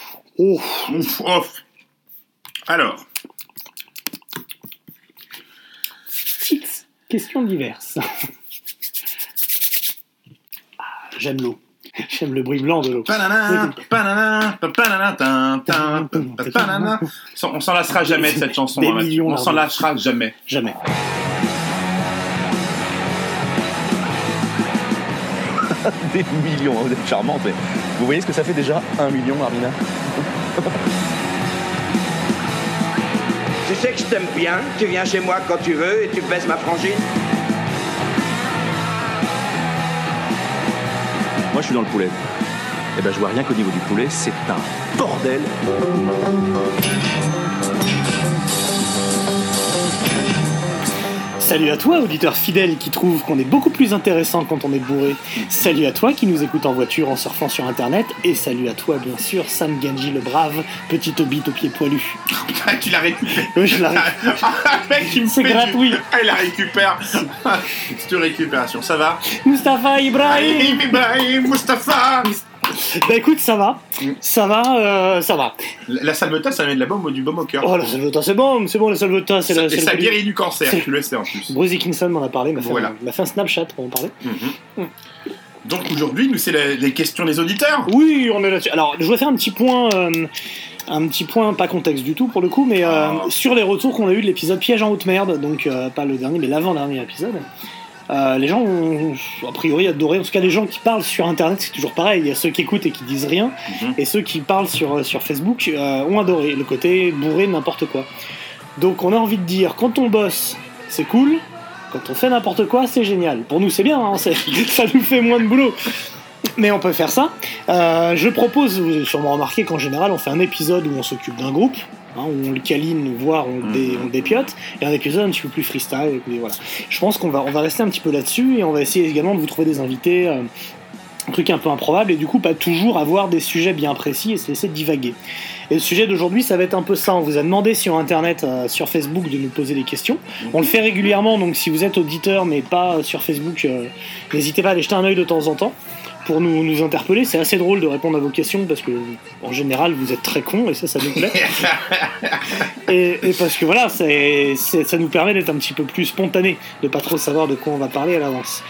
Oh, Ouf, ouf, ouf. Alors, Six questions diverses. Ah, J'aime l'eau. J'aime le bruit blanc de l'eau. panana, panana, pa- panana, tin, tin, pa- pa- panana. On s'en lassera jamais de cette chanson. Des hein, Mathieu. millions On s'en d'argent. lâchera jamais. Jamais. Des millions, hein, vous êtes charmante, mais vous voyez ce que ça fait déjà Un million, Armina Tu sais que je t'aime bien, tu viens chez moi quand tu veux et tu baisses ma frangine. Moi, je suis dans le poulet. Eh ben, je vois rien qu'au niveau du poulet, c'est un bordel Salut à toi, auditeur fidèle qui trouve qu'on est beaucoup plus intéressant quand on est bourré. Salut à toi qui nous écoute en voiture en surfant sur internet. Et salut à toi, bien sûr, Sam Ganji le brave, petit hobbit aux pieds poilus. Ah, tu l'as récupéré. Oui, Euh, je l'ai Ah, le mec, il me C'est fait du- gratuit. Ah, il la récupère. C'est une récupération. Ça va Mustapha Ibrahim Ibrahim, Ibrahim, Mustapha Bah écoute, ça va. Mm. Ça va, euh, ça va. La la salvetat, ça met de la bombe ou du baume au cœur. Oh, la salvetin, c'est bon, c'est bon, la salvetin, c'est Ça- la et c'est ça le- guérit du cancer, c'est- tu le sais en plus. Bruce Dickinson m'en a parlé, m'a fait, Voilà. un- m'a fait un Snapchat pour en parler. Mhm. Donc aujourd'hui, nous, c'est la- les questions des auditeurs. Oui, on est là-dessus. Alors, je voudrais faire un petit point, euh, un petit point, pas contexte du tout pour le coup, mais euh, Ah. sur les retours qu'on a eu de l'épisode Piège en haute merde, donc euh, pas le dernier, mais l'avant-dernier épisode. Euh, les gens ont a priori adoré, en tout cas les gens qui parlent sur internet, c'est toujours pareil, il y a ceux qui écoutent et qui disent rien, Mhm. et ceux qui parlent sur, euh, sur Facebook euh, ont adoré le côté bourré de n'importe quoi. Donc on a envie de dire, quand on bosse, c'est cool, quand on fait n'importe quoi, c'est génial. Pour nous, c'est bien, hein, c'est- ça nous fait moins de boulot. Mais on peut faire ça. Euh, je propose, vous avez sûrement remarqué qu'en général, on fait un épisode où on s'occupe d'un groupe, hein, où on le câline, voire on le, dé- on le dépiote, et un épisode un petit peu plus freestyle. et puis voilà. Je pense qu'on va, on va rester un petit peu là-dessus et on va essayer également de vous trouver des invités, euh, un truc un peu improbable, et du coup, pas toujours avoir des sujets bien précis et se laisser divaguer. Et le sujet d'aujourd'hui, ça va être un peu ça. On vous a demandé sur Internet, euh, sur Facebook, de nous poser des questions. On le fait régulièrement, donc si vous êtes auditeur mais pas euh, sur Facebook, euh, n'hésitez pas à aller jeter un œil de temps en temps pour nous, nous interpeller. C'est assez drôle de répondre à vos questions parce que en général vous êtes très cons et ça, ça nous plaît. et, et parce que voilà, c'est- c'est- ça nous permet d'être un petit peu plus spontané, de pas trop savoir de quoi on va parler à l'avance.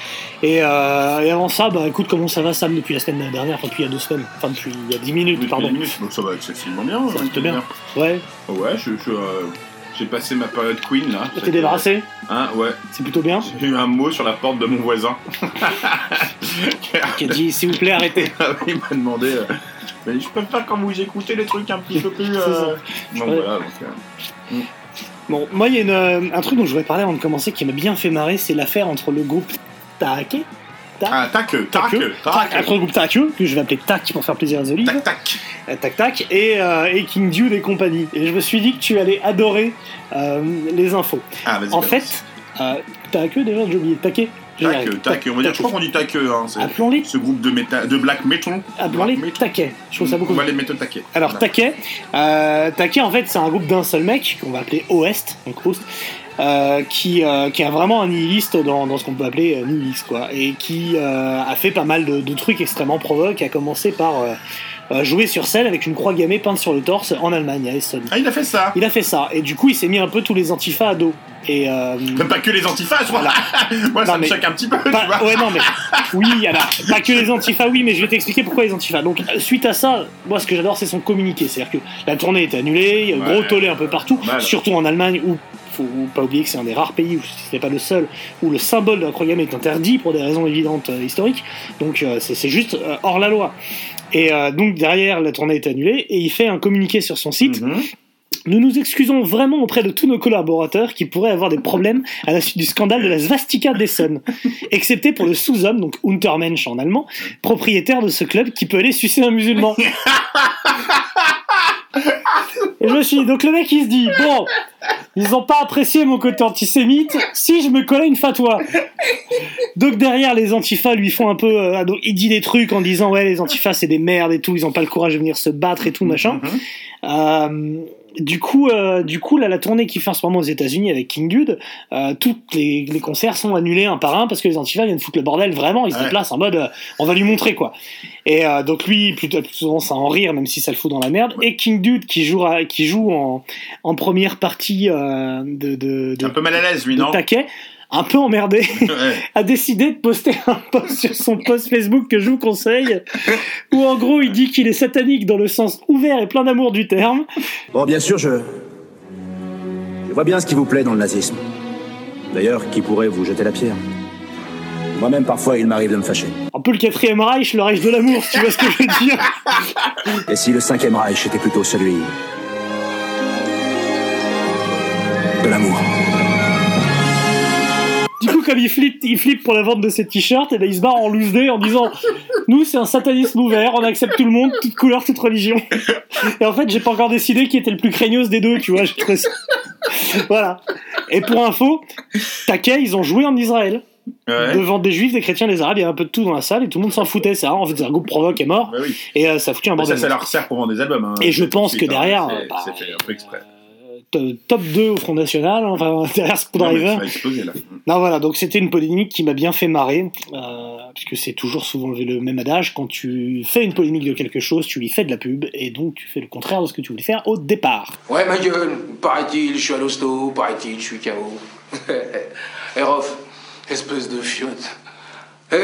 Et, euh, et avant ça, bah écoute, comment ça va Sam depuis la semaine dernière, enfin depuis il y a deux semaines, enfin depuis il y a dix minutes, Depuis pardon. dix minutes. Bon, ça va excessivement bien. Ça hein, reste c'est bien. Ouais, Ouais, je- je, euh, j'ai passé ma période queen là. t'es débarrassé, Hein, ouais. c'est plutôt bien. J'ai eu un mot sur la porte de mon voisin. Qui a dit s'il vous plaît arrêtez. Ah Il m'a demandé. euh, mais je peux pas quand vous écoutez les trucs un petit peu plus. euh, Bon, Ouais. voilà, donc, euh, Bon, moi, il y a une, euh, un truc dont je voulais parler avant de commencer qui m'a bien fait marrer, c'est l'affaire entre le groupe Taake, Ah, tac, euh, tac, euh, Tac, tac, entre euh, le groupe Taake, que je vais appeler Tac pour faire plaisir aux olives, tac, tac. euh, Tac Tac, et, euh, et King Dude et compagnie. Et je me suis dit que tu allais adorer euh, les infos. Ah, vas-y. En balance. fait, euh, Taake, déjà, j'ai oublié, Taake. j'ai Tac, arrêté. euh, tac, on va dire, je crois qu'on dit tac, euh, hein, c'est- Appelons-les ce groupe de, méta, de black metal. appelons-les Black Taquet. Ah, Je trouve ça beaucoup On va les mettre au taquet. Alors Voilà. Taquet, euh, Taquet en fait c'est un groupe d'un seul mec qu'on va appeler Oest, donc Oest, euh, qui, euh, qui est vraiment un nihiliste dans, dans ce qu'on peut appeler euh, nihiliste quoi, et qui euh, a fait pas mal de, de trucs extrêmement provoques, à commencer par euh, euh, jouer sur scène avec une croix gammée peinte sur le torse en Allemagne à Essen. Ah, il a fait ça. Il a fait ça, et du coup il s'est mis un peu tous les antifas à dos. Et euh, Même pas que les antifas, je crois. Moi, Non, ça me mais- choque un petit peu, tu pas- vois. Bah, ouais non mais oui alors pas que les antifas oui mais je vais t'expliquer pourquoi les antifas donc suite à ça moi ce que j'adore c'est son communiqué c'est à dire que la tournée est annulée il y a un Ouais. gros tollé un peu partout Normal. surtout en Allemagne où faut pas oublier que c'est un des rares pays où ce n'est pas le seul où le symbole de la croix gammée est interdit pour des raisons évidentes euh, historiques donc euh, c'est c'est juste euh, hors la loi et euh, donc derrière la tournée est annulée et il fait un communiqué sur son site Mhm. nous nous excusons vraiment auprès de tous nos collaborateurs qui pourraient avoir des problèmes à la suite du scandale de la Svastika d'Essen, excepté pour le sous-homme, donc Untermensch en allemand, propriétaire de ce club qui peut aller sucer un musulman. Et je me suis dit, donc le mec il se dit, bon, ils ont pas apprécié mon côté antisémite, si je me collais une fatwa. Donc derrière, les antifas lui font un peu. euh, donc il dit des trucs en disant, ouais, les antifas c'est des merdes et tout, ils ont pas le courage de venir se battre et tout, machin. Mhm. Euh, Du coup, euh, du coup, là, la tournée qui fait en ce moment aux États-Unis avec King Dude, euh, tous les, les concerts sont annulés un par un parce que les antifas viennent foutre le bordel vraiment. Ils se Ouais. déplacent en mode, euh, on va lui montrer quoi. Et euh, donc lui, plutôt, plutôt tendance à en rire, même si ça le fout dans la merde. Et King Dude qui joue, à- qui joue en, en première partie euh, de, de, de, Un peu mal à l'aise, lui, de non taquet, un peu emmerdé Ouais. a décidé de poster un post sur son post Facebook que je vous conseille, où en gros il dit qu'il est satanique dans le sens ouvert et plein d'amour du terme. Bon, bien sûr, je. Je vois bien ce qui vous plaît dans le nazisme. D'ailleurs, qui pourrait vous jeter la pierre Moi-même, parfois, il m'arrive de me fâcher. Un peu le quatrième Reich, le Reich de l'amour, si tu vois ce que je veux dire. Et si le cinquième Reich était plutôt celui. de l'amour Du coup, comme il flippe, il flippe pour la vente de ses t-shirts, et ben il se barre en loose day en disant Nous, c'est un satanisme ouvert, on accepte tout le monde, toute couleur, toute religion. Et en fait, j'ai pas encore décidé qui était le plus craignos des deux, tu vois, j'ai trouvé ça. Voilà. Et pour info, Taquet, ils ont joué en Israël. Ouais. devant des juifs, des chrétiens, des arabes, il y avait un peu de tout dans la salle et tout le monde s'en foutait. Ça, en fait, un groupe provoque est mort Bah oui. et euh, ça foutait un Ça, bordel. ça leur sert pour vendre des albums. hein. Et je pense que Putain, derrière, c'est- bah, C'est fait un peu exprès. Euh, to- top 2 au Front National, hein, enfin, derrière Non, mais Spoonriver. ça va exploser, là. Non, voilà, donc c'était une polémique qui m'a bien fait marrer, euh, puisque c'est toujours souvent le le même adage, quand tu fais une polémique de quelque chose, tu lui fais de la pub, et donc tu fais le contraire de ce que tu voulais faire au départ. Ouais, ma gueule, paraît-il, je suis à l'hosto, paraît-il, je suis KO. Eh, Rof, espèce de fiotte. Eh,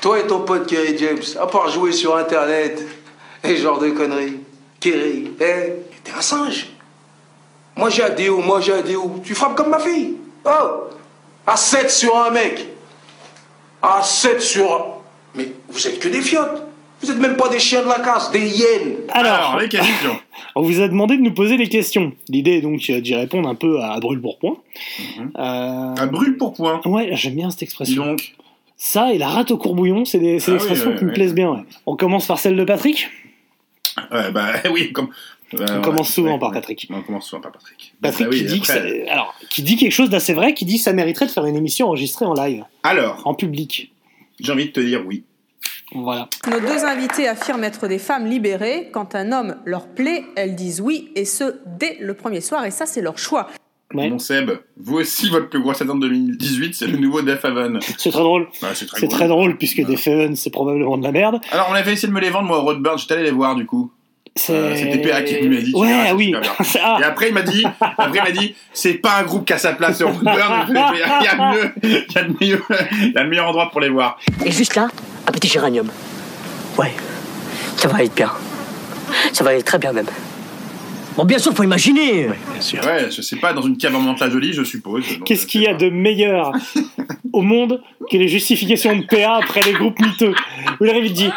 toi et ton pote Kerry James, à part jouer sur Internet, et genre de conneries. Kerry, eh, t'es un singe. Moi j'ai ADO, moi j'ai ADO. Tu frappes comme ma fille. Oh, à 7 sur un mec. À 7 sur un. Mais vous êtes que des fiottes. Vous êtes même pas des chiens de la casse, des hyènes. Alors, les questions. On vous a demandé de nous poser des questions. L'idée est donc euh, d'y répondre un peu à, brûle pour point. Un brûle pour point. Ouais, j'aime bien cette Dis expression. donc. Ça et la rate au courbouillon, c'est des, c'est Ah des expressions oui, ouais, qui me ouais. plaisent bien. ouais. On commence par celle de Patrick Ouais, bah oui, comme. euh, On ouais, commence souvent ouais, par ouais. Patrick. On commence souvent par Patrick. Patrick Bah oui, qui, dit que après- ça- alors, qui dit quelque chose d'assez vrai, qui dit que ça mériterait de faire une émission enregistrée en live, Alors, en public. j'ai envie de te dire oui. Voilà. Nos deux invités affirment être des femmes libérées. Quand un homme leur plaît, elles disent oui, et ce, dès le premier soir, et ça, c'est leur choix. Ouais. Mon Seb, vous aussi, votre plus grosse attente de 2018, c'est le nouveau Def Haven. C'est très drôle. Bah, c'est très C'est cool. très drôle puisque des fun, c'est probablement de la merde. Alors, on avait essayé de me les vendre, moi, au Roadburn. J'étais allé les voir, du coup. C'est Euh, c'était PA qui lui a dit, Ouais, ah, c'est oui. super bien. C'est- ah, Et après, il m'a dit, après, il m'a dit, c'est pas un groupe qui a sa place sur Roadburn. Il y a mieux, il y a de meilleur, il y a de meilleur endroit pour les voir. Et juste là, un petit géranium. Ouais, ça va être bien. Ça va être très bien même. Bon, bien sûr, faut imaginer. Ouais, je sais pas, dans une cave en la jolie, je suppose. Donc, Qu'est-ce je qu'il sais y a pas. de meilleur au monde que les justifications de PA après les groupes miteux Vous l'avez dit.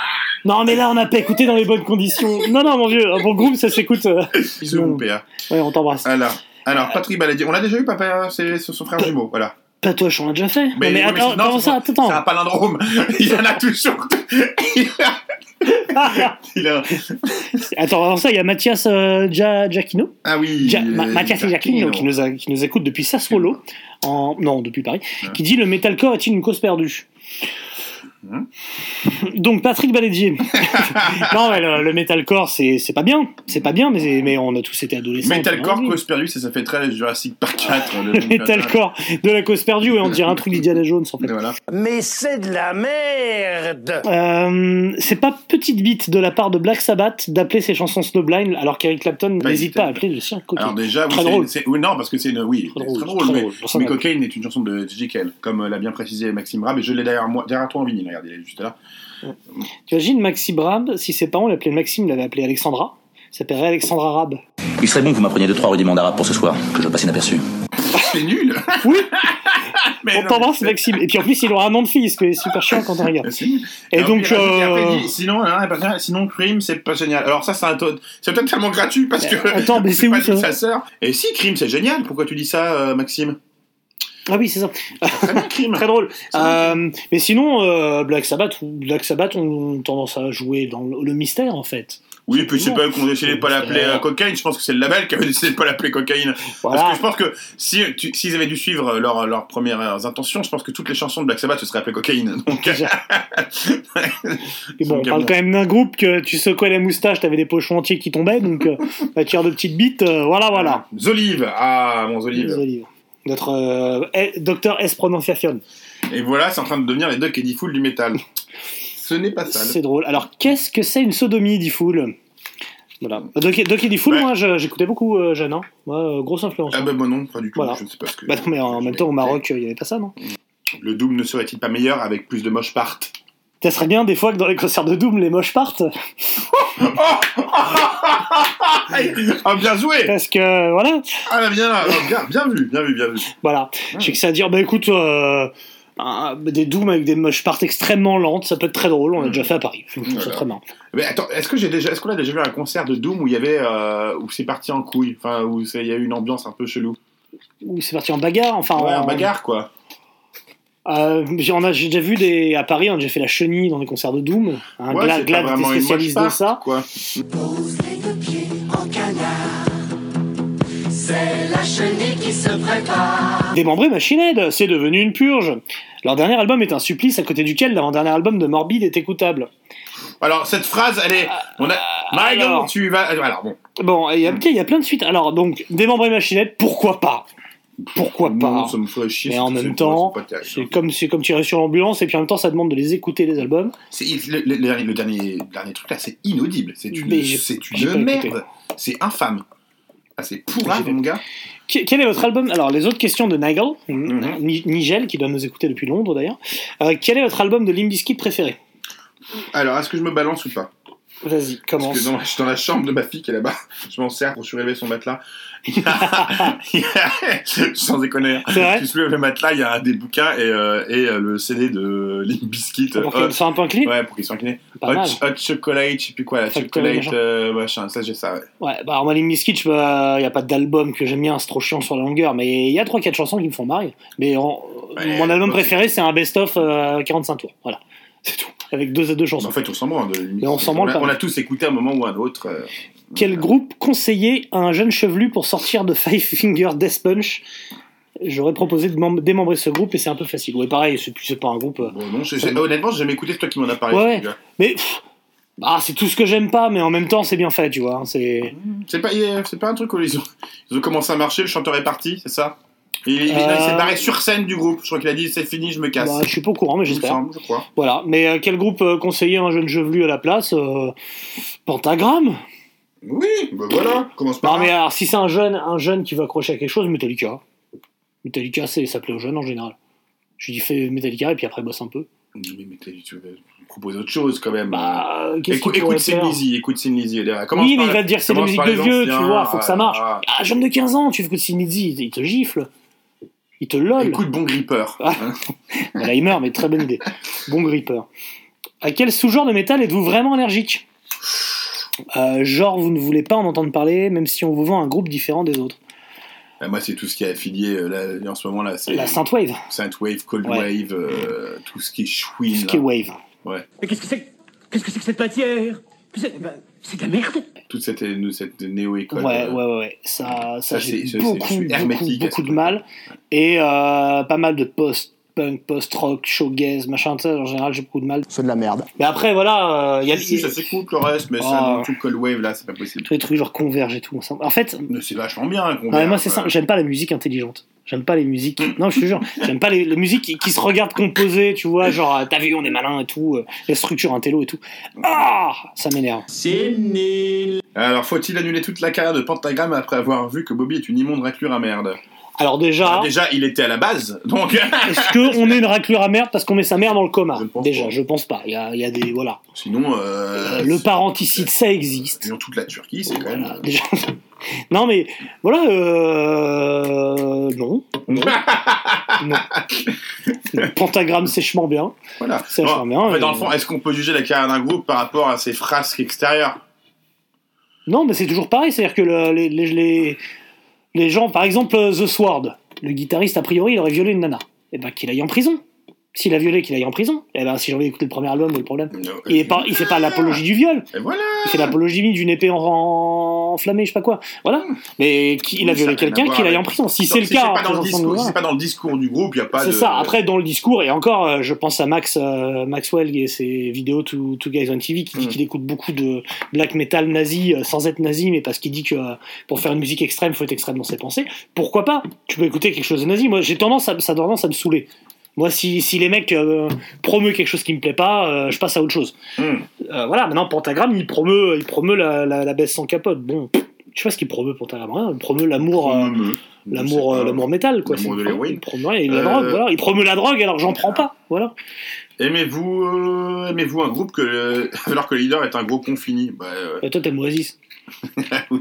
Non mais là on n'a pas écouté dans les bonnes conditions. Non non mon vieux, un bon groupe ça s'écoute. euh, Bisous, mon PA. Ouais on t'embrasse. Alors, alors Patrick Baladier, on l'a déjà eu, papa, hein, c'est son frère jumeau, voilà. Patoche on l'a déjà fait. Non, Mais, non, attends, non, comment c'est ça pas- Attends. C'est un palindrome, il en a toujours. Il a- il a- Attends, avant ça, il y a Mathias euh, Ja- Giacchino. Ah oui. Ja- il Ma- est- Mathias Giacchino, qui nous, a- qui nous écoute depuis Sassuolo, en, non, depuis Paris, qui dit Le metalcore est-il une cause perdue Hein? donc Patrick Balédier. non mais le, le metalcore c'est c'est pas bien, c'est pas bien mais, c'est- mais on a tous été adolescents. Metalcore, on a envie. cause perdue, ça, ça fait très Jurassic Park 4. le Le metalcore de la cause perdue ouais, on dirait un truc d'Indiana Jones en fait. Et Voilà. Mais c'est de la merde Euh, c'est pas petite bite de la part de Black Sabbath d'appeler ses chansons Snowblind alors qu'Eric Clapton Pas n'hésite hésité. pas à appeler le sien coquin. Alors déjà, oui, Très c'est- drôle. c'est- oui, non, parce que c'est une, oui, Très c'est drôle, très drôle, très mais, drôle. Dans son mais album. Cocaine est une chanson de J.K. comme euh, l'a bien précisé Maxime Rab, et je l'ai derrière moi, derrière toi en vinyle, regardez, il est juste là. Tu imagines Maxi Brab, si ses parents l'appelaient Maxime, l'avaient appelé Alexandra, il s'appellerait Alexandra Rab. Il serait bon que vous m'appreniez deux trois rudiments d'arabe pour ce soir, que je passe inaperçu. C'est nul. Oui. mais On Eh non, t'embrasse mais Maxime. Et puis en plus, il aura un nom de fille, ce qui est super chiant quand on regarde. c'est- Et Non, donc, puis, rajoute, euh, et après, euh, il dit, sinon, hein, bah, tiens, sinon, Crime, c'est pas génial. Alors, ça, c'est un taux- c'est totalement gratuit parce que. Euh, attends, mais c'est où, pas dit ça de sa sœur. Et si, Crime, c'est génial. Pourquoi tu dis ça, euh, Maxime ah oui, c'est ça. Très bien, Crime. Très drôle. C'est Euh, mais sinon, euh, Black Sabbath, Black Sabbath ont tendance à jouer dans le le mystère en fait. Oui, puis c'est bon. pas eux qui ont décidé de pas l'appeler Voilà. euh, cocaïne. Je pense que c'est le label qui avait décidé de pas l'appeler cocaïne. Parce Voilà. que je pense que si tu- s'ils avaient dû suivre euh, leurs leurs premières intentions, je pense que toutes les chansons de Black Sabbath se seraient appelées cocaïne. Donc, Déjà. Mais bon, on Donc, parle bon. quand même d'un groupe que tu secouais la moustache, t'avais des pochons entiers qui tombaient, donc euh, la tire de petites bites, euh, voilà, voilà. Zolive. Ah, mon Zolive. Les olives. Notre euh, eh, docteur S prononciation. Et voilà, c'est en train de devenir les Duck et Fool du métal. Ce n'est pas sale. C'est drôle. Alors, qu'est-ce que c'est une sodomie, dit Fool Voilà. Doc Doc et dit Fool, Ouais. moi, je- j'écoutais beaucoup euh, jeune, hein. Moi, euh, grosse influence. Ah bah moi non, pas du tout, Voilà. je ne sais pas ce que... Bah non, mais en même temps, au Maroc, euh, il n'y avait pas ça, non Le Doom ne serait-il pas meilleur avec plus de moches part Ça serait bien, des fois, que dans les concerts de Doom, les moches partent. Ah bien joué Parce que, voilà. Ah là, bien, là, ah, bien, bien vu, bien vu, bien vu. Voilà. J'ai que ça à dire, bah écoute, euh, un- des Doom avec des moches partent extrêmement lentes, ça peut être très drôle, on l'a déjà fait à Paris. Je trouve ça Mm. Voilà. très marrant. Mais attends, est-ce que j'ai déjà, est-ce qu'on a déjà vu un concert de Doom où il y avait, euh, où c'est parti en couille, enfin où c'est- il y a eu une ambiance un peu chelou. Ou c'est parti en bagarre, enfin. Ouais, en un bagarre quoi. Euh, j'en ai- J'ai déjà vu des. À Paris, on a déjà fait la chenille dans les concerts de Doom. Un Ouais, gla c'est Glad était pas vraiment une moche spécialiste de part, ça. quoi. Démembré Machine Head, c'est devenu une purge. Leur dernier album est un supplice à côté duquel l'avant-dernier album de Morbid est écoutable. Alors cette phrase, elle est, on a, Marion, Ah, alors. tu vas, euh, alors bon, Bon, et il y a- tiens, il y a plein de suites. Alors, donc, Démembré Machine Head, pourquoi pas Pourquoi non, pas ça me ferait chier. Mais en c'est- même c'est- temps, c'est pas terrible. c'est comme, c'est comme tirer sur l'ambulance, et puis en même temps, ça demande de les écouter, les albums. C'est le, le- le- le dernier, le dernier truc là, c'est inaudible. C'est Mais une, j'ai- c'est j'ai pas une écouté. merde. C'est infâme. Ah, c'est J'ai pourrave, pas- mon gars. Que- Quel est votre album Alors, les autres questions de Nigel, Mhm. Ni- Nigel, qui doit nous écouter depuis Londres d'ailleurs. Euh, quel est votre album de Limp Bizkit préféré Alors, est-ce que je me balance ou pas Vas-y, Parce commence. que dans la, je suis dans la chambre de ma fille qui est là-bas. Je m'en sers pour surélever son matelas. Il y a- il y a- Sans déconner. hein. C'est vrai Tu soulèves le matelas, il y a des bouquins et, euh, et euh, le CD de Limp Biscuit. Pour qu'elle soit un peu inclinée euh, ouais, pour qu'ils soient inclinés. Pas mal. Hot, hot chocolate, je sais plus quoi, la Hot chocolate, chocolate, euh, machin. Ça, j'ai ça. ouais. Ouais, bah, alors, moi, Limp Bizkit, il n'y a pas d'album que j'aime bien, c'est trop chiant sur la longueur, mais il y a 3-4 chansons qui me font marrer. Mais en- Ouais, mon album bah, préféré, c'est un best-of euh, 45 tours. Voilà, c'est tout. Avec deux, deux chansons. En fait, on s'en branle. de Limp Mais on Bizkit. s'en branle a- pas. On a tous écouté à un moment ou à un autre. euh, Quel groupe conseillait à un jeune chevelu pour sortir de Five Finger Death Punch J'aurais proposé de mem- démembrer ce groupe et c'est un peu facile. Ouais, pareil, c'est plus- c'est pas un groupe. euh, Bon, non, je- Ça j'ai- me- honnêtement, j'ai jamais écouté, c'est toi qui m'en as parlé. Ouais. ce gars. Mais pff, ah, c'est tout ce que j'aime pas, mais en même temps, c'est bien fait, tu vois. hein, C'est C'est pas, il- c'est pas un truc où ils ont, ils ont commencé à marcher, le chanteur est parti, c'est ça Et Il, il- Euh. il s'est barré sur scène du groupe. Je crois qu'il a dit c'est fini, je me casse. bah, je suis pas au courant, mais Il me j'espère. semble, je crois. Voilà. Mais euh, quel groupe euh, conseillait à un jeune chevelu à la place Euh, Pentagramme. Oui, bah voilà, commence Non, par. mais là. alors si c'est un jeune, un jeune qui veut accrocher à quelque chose, Metallica. Metallica, c'est ça plaît aux jeunes en général. Je dis fais Metallica et puis après bosse un peu. Oui, mais t'es- tu veux proposer autre chose quand même. euh, Bah, qu'est-ce écoute, qu'il pourrait écoute Sin faire Lizzy, écoute Sin Lizzy. derrière. Commence Oui, mais par il la- va te dire que c'est de la commence musique par de les vieux, tu anciens, vois, faut que ça ah, marche. ah. Ah, jeune de 15 ans, tu fais que de midi, il te gifle. Il te lol. Écoute bon gripper. Ah. Hein. Voilà, il meurt, mais très bonne idée. Bon gripper. À quel sous-genre de métal êtes-vous vraiment allergique Euh, Genre, vous ne voulez pas en entendre parler, même si on vous vend un groupe différent des autres. Bah, moi, c'est tout ce qui est affilié euh, là, en ce moment là. C'est La Synthwave. Synthwave, Cold Ouais. Wave, euh, tout ce qui est Tout chouine. ce qui est là. wave. Mais qu'est-ce que c'est que- Qu'est-ce que c'est que cette matière C'est ben, c'est de la merde Toute cette, cette néo-école. Ouais, ouais, euh, ouais, ouais. Ça, ça, ça, j'ai c'est- ça, c'est- beaucoup, je suis beaucoup, hermétique à ce beaucoup de truc. mal. Et euh, pas mal de post-punk, post-rock, shoegaze, machin, tout ça. En général, j'ai beaucoup de mal. C'est de la merde. Mais après, voilà, euh, il y a Si, ça s'écoute le reste, mais Ah. ça, non, tout le Cold Wave là, c'est pas possible. tous les trucs genre converge et tout. ensemble. En fait, Mais C'est vachement bien. hein, qu'on Non, mais moi, verra, c'est quoi. simple. J'aime pas la musique intelligente. J'aime pas les musiques. Non, je te jure. J'aime pas les, les musiques qui, qui se regardent composer, tu vois. Genre, euh, t'as vu, on est malin et tout. euh, les structures intello et tout. Ah Ça m'énerve. Alors, faut-il annuler toute la carrière de Pentagram après avoir vu que Bobby est une immonde raclure à merde Alors, déjà, Alors, Déjà, il était à la base, donc. est-ce qu'on est une raclure à merde parce qu'on met sa mère dans le coma Je ne pense Déjà, pas. je pense pas. Il y a, il y a des. Voilà. Sinon, euh, Euh, le parenticide, ça existe. sinon, toute la Turquie, c'est quand Voilà, même. euh, déjà. non, mais voilà. Euh... Non. Non. non. Le pentagramme sèchement bien. Voilà. C'est Bon, vachement bien, en fait, et- dans le fond, est-ce qu'on peut juger la carrière d'un groupe par rapport à ses frasques extérieures Non, mais c'est toujours pareil, c'est-à-dire que le- les, les, les, les gens, par exemple, euh, The Sword, le guitariste, a priori, il aurait violé une nana. Eh ben, qu'il aille en prison. S'il a violé, qu'il aille en prison. Eh ben, si j'ai envie d'écouter le premier album, où est le problème il, est pas, il fait pas l'apologie du viol. Et voilà Il fait l'apologie d'une épée en- en- enflammée, je sais pas quoi. Voilà. Mais qu'il a Oui, violé ça n'a rien à quelqu'un, voir qu'il aille en avec- prison. Si Non, c'est le cas, pas dans le présentation de discours- loi. si c'est pas dans le discours du groupe, il n'y a pas de. C'est ça. Après, dans le discours, et encore, euh, je pense à Max euh, Maxwell et ses vidéos Two, Two Guys on TV qui dit Mm. qu'il écoute beaucoup de black metal nazi euh, sans être nazi, mais parce qu'il dit que euh, pour faire une musique extrême, faut être extrême dans ses pensées. Pourquoi pas Tu peux écouter quelque chose de nazi. Moi, j'ai tendance à, ça a tendance à me saouler. Moi, si, si les mecs euh, promeuvent quelque chose qui me plaît pas, euh, je passe à autre chose. Mm. Euh, voilà, maintenant Pentagram, il promeut, il promeut la, la, la baisse sans capote. Bon, pff, je sais pas ce qu'il promeut Pentagram. Hein. Il promeut l'amour, euh, l'amour, euh, l'amour métal, quoi. L'amour C'est- de l'héroïne. Il promeut, ouais, et la Euh, drogue, voilà. Il promeut la drogue alors j'en prends pas, voilà. Aimez-vous euh, aimez-vous un groupe que le- alors que le leader est un gros confini bah, euh, Euh, toi t'aimes Oasis.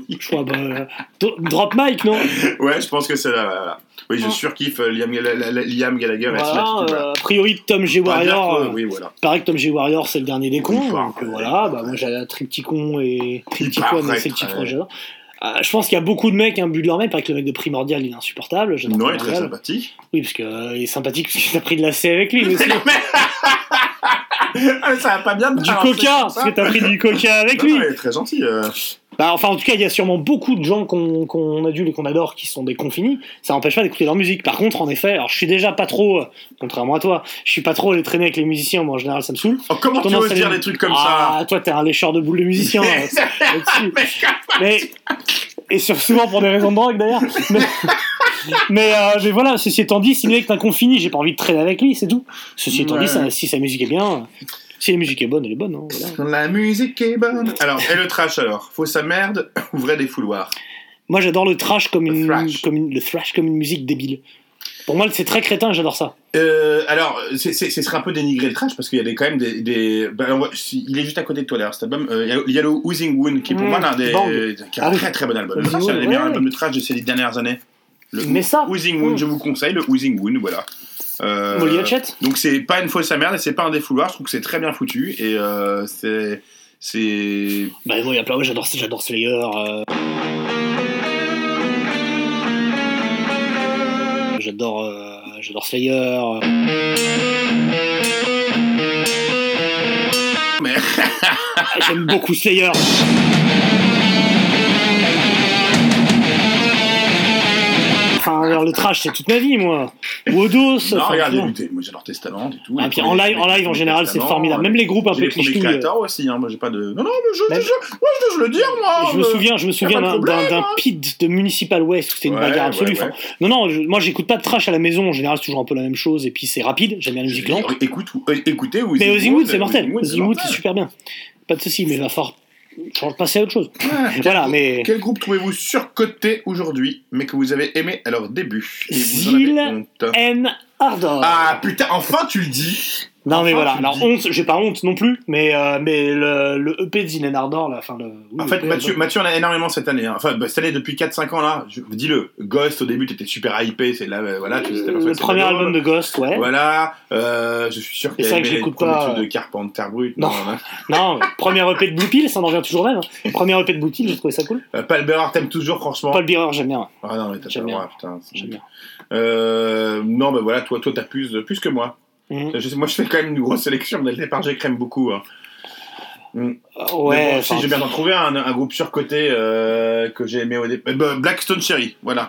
Je crois, bah, euh, do- drop mic, non Ouais, je pense que c'est là. voilà. Oui, je Ah. surkiffe euh, Liam, Gall- la- la- Liam Gallagher et Voilà, son attitude, euh, a priori Tom G Pas dire Warrior. que- euh, oui, voilà. Pareil que Tom G Warrior, c'est le dernier des cons. Oui, enfin, donc, euh, voilà, bah, moi j'avais un Triptychon et Triptychon, paraît mais c'est le petit très- frère, j'adore. Euh, je pense qu'il y a beaucoup de mecs, un but de leur mec, parce que le mec de Primordial il est insupportable. j'adore Non, il est très Primordial. sympathique. Oui, parce qu'il est sympathique, parce que t'as pris de la C avec lui, mais aussi. Ah, mais ça va pas bien de Du balancer coca, comme ça. parce que t'as pris du coca avec Non, lui. non, il est très gentil. euh. Bah, enfin, en tout cas, il y a sûrement beaucoup de gens qu'on qu'on adulte et qu'on adore qui sont des confinis. Ça n'empêche pas d'écouter leur musique. Par contre, en effet, alors je suis déjà pas trop, euh, contrairement à toi, je suis pas trop les traîner avec les musiciens. Moi, en général, ça me saoule. Oh, comment tu Tendance oses à dire les- des trucs comme Ah, toi, t'es un lécheur de boules de musicien. hein, là-dessus. mais et sur- souvent pour des raisons de drogue d'ailleurs. Mais, mais, euh, mais voilà, ceci étant dit, si le mec est un confini, j'ai pas envie de traîner avec lui, c'est tout. Ceci étant Ouais. dit, ça- si sa musique est bien, euh, si la musique est bonne, elle est bonne. hein, voilà. ça La musique est bonne. Alors, et le trash alors Faut sa merde, ouvrez des fouloirs. Moi, j'adore le trash comme Le une, thrash. comme une- le thrash comme une musique débile. Pour moi, c'est très crétin, j'adore ça. Euh, alors, c'est- c'est- ce serait un peu dénigrer le trash parce qu'il y a des, quand même des. des- bah, on voit- si- il est juste à côté de toi d'ailleurs, cet album. Euh, il y a- il y a le Oozing Wound qui est pour Mm, moi l'un des. bang. qui est un Ah oui. très très bon album. Oozing C'est un Wound, des meilleurs ouais. albums de trash de ces dernières années. Le Mais ça, Oozing Wound, Mm. je vous conseille, le Oozing Wound, voilà. Euh, Molly Hatchet donc c'est pas une fausse à merde et c'est pas un défouloir, je trouve que c'est très bien foutu et euh, c'est. C'est. Bah, moi, il y a plein, ouais, j'adore j'adore Slayer. euh. J'adore euh, j'adore Slayer. euh. Mais- Ah, J'aime beaucoup Slayer. Enfin, alors, le trash, c'est toute ma vie, moi. Wodos. Non, enfin, regarde, bon. il y a- moi j'adore Testament et tout. Ah, Les puis premiers- en live, en, les euh, live, en premiers général, c'est Testament, formidable. Même les groupes un J'ai peu les premiers tristouilles. euh, créateurs aussi, hein, moi j'ai pas de. Non, non, mais je, Même- je, je- moi je dois le dire, moi Je me euh, souviens, je me souviens pas de d'un problème, d'un- d'un hein. pit de Municipal West où c'était une Ouais, bagarre absolue. ouais, ouais. Enfin, non, non, je- moi j'écoute pas de trash à la maison. En général, c'est toujours un peu la même chose. Et puis c'est rapide. J'aime bien la musique lente. Écoute, ou- euh, écoutez, Ozzy Mais Ozzy Wood, Wood, c'est mortel. Ozzy Wood, Ozzy Wood, c'est super bien. Pas de souci, mais il va falloir falloir passer à autre chose. Ouais. Voilà, mais Quel groupe trouvez-vous surcoté aujourd'hui, mais que vous avez aimé à leur début et vous en avez Zil honte N. Ardor. Ah putain, enfin tu le dis non mais enfin, voilà. tu Alors dis- honte, j'ai pas honte non plus, mais euh, mais le, le EP de Zil N. Ardor, là, enfin le. oui, En fait, le- E Mathieu, Mathieu en a énormément cette année. hein. Enfin, bah, cette année, depuis 4-5 ans, là, je- dis-le. Ghost, au début, t'étais super hypé. C'est là, euh, voilà, tu- c'était la fin le de cet premier album de Ghost, ouais. Voilà, euh, je suis sûr que c'est vrai que les j'écoute premiers pas, trucs euh, de Carpenter Brut. Non. hein. Non, premier EP de Blue Pill, ça en revient toujours même. hein. Premier EP de Blue Pill, j'ai trouvé ça cool. Euh, Paul Bearer, t'aimes toujours, franchement. Paul Bearer, j'aime bien. ouais. Ah non, mais t'as pas le J'aime bien. droit, putain. c'est- J'aime bien. Euh, non, bah voilà, toi, toi, t'as plus, plus que moi. Mhm. Je sais- moi, je fais quand même une grosse sélection. Dès le départ, j'écrème beaucoup. hein. Euh, Mais Ouais, bon, enfin, si j'ai bien en trouvé un, un groupe surcoté euh, que j'ai aimé au départ. Bah, Blackstone Cherry, voilà.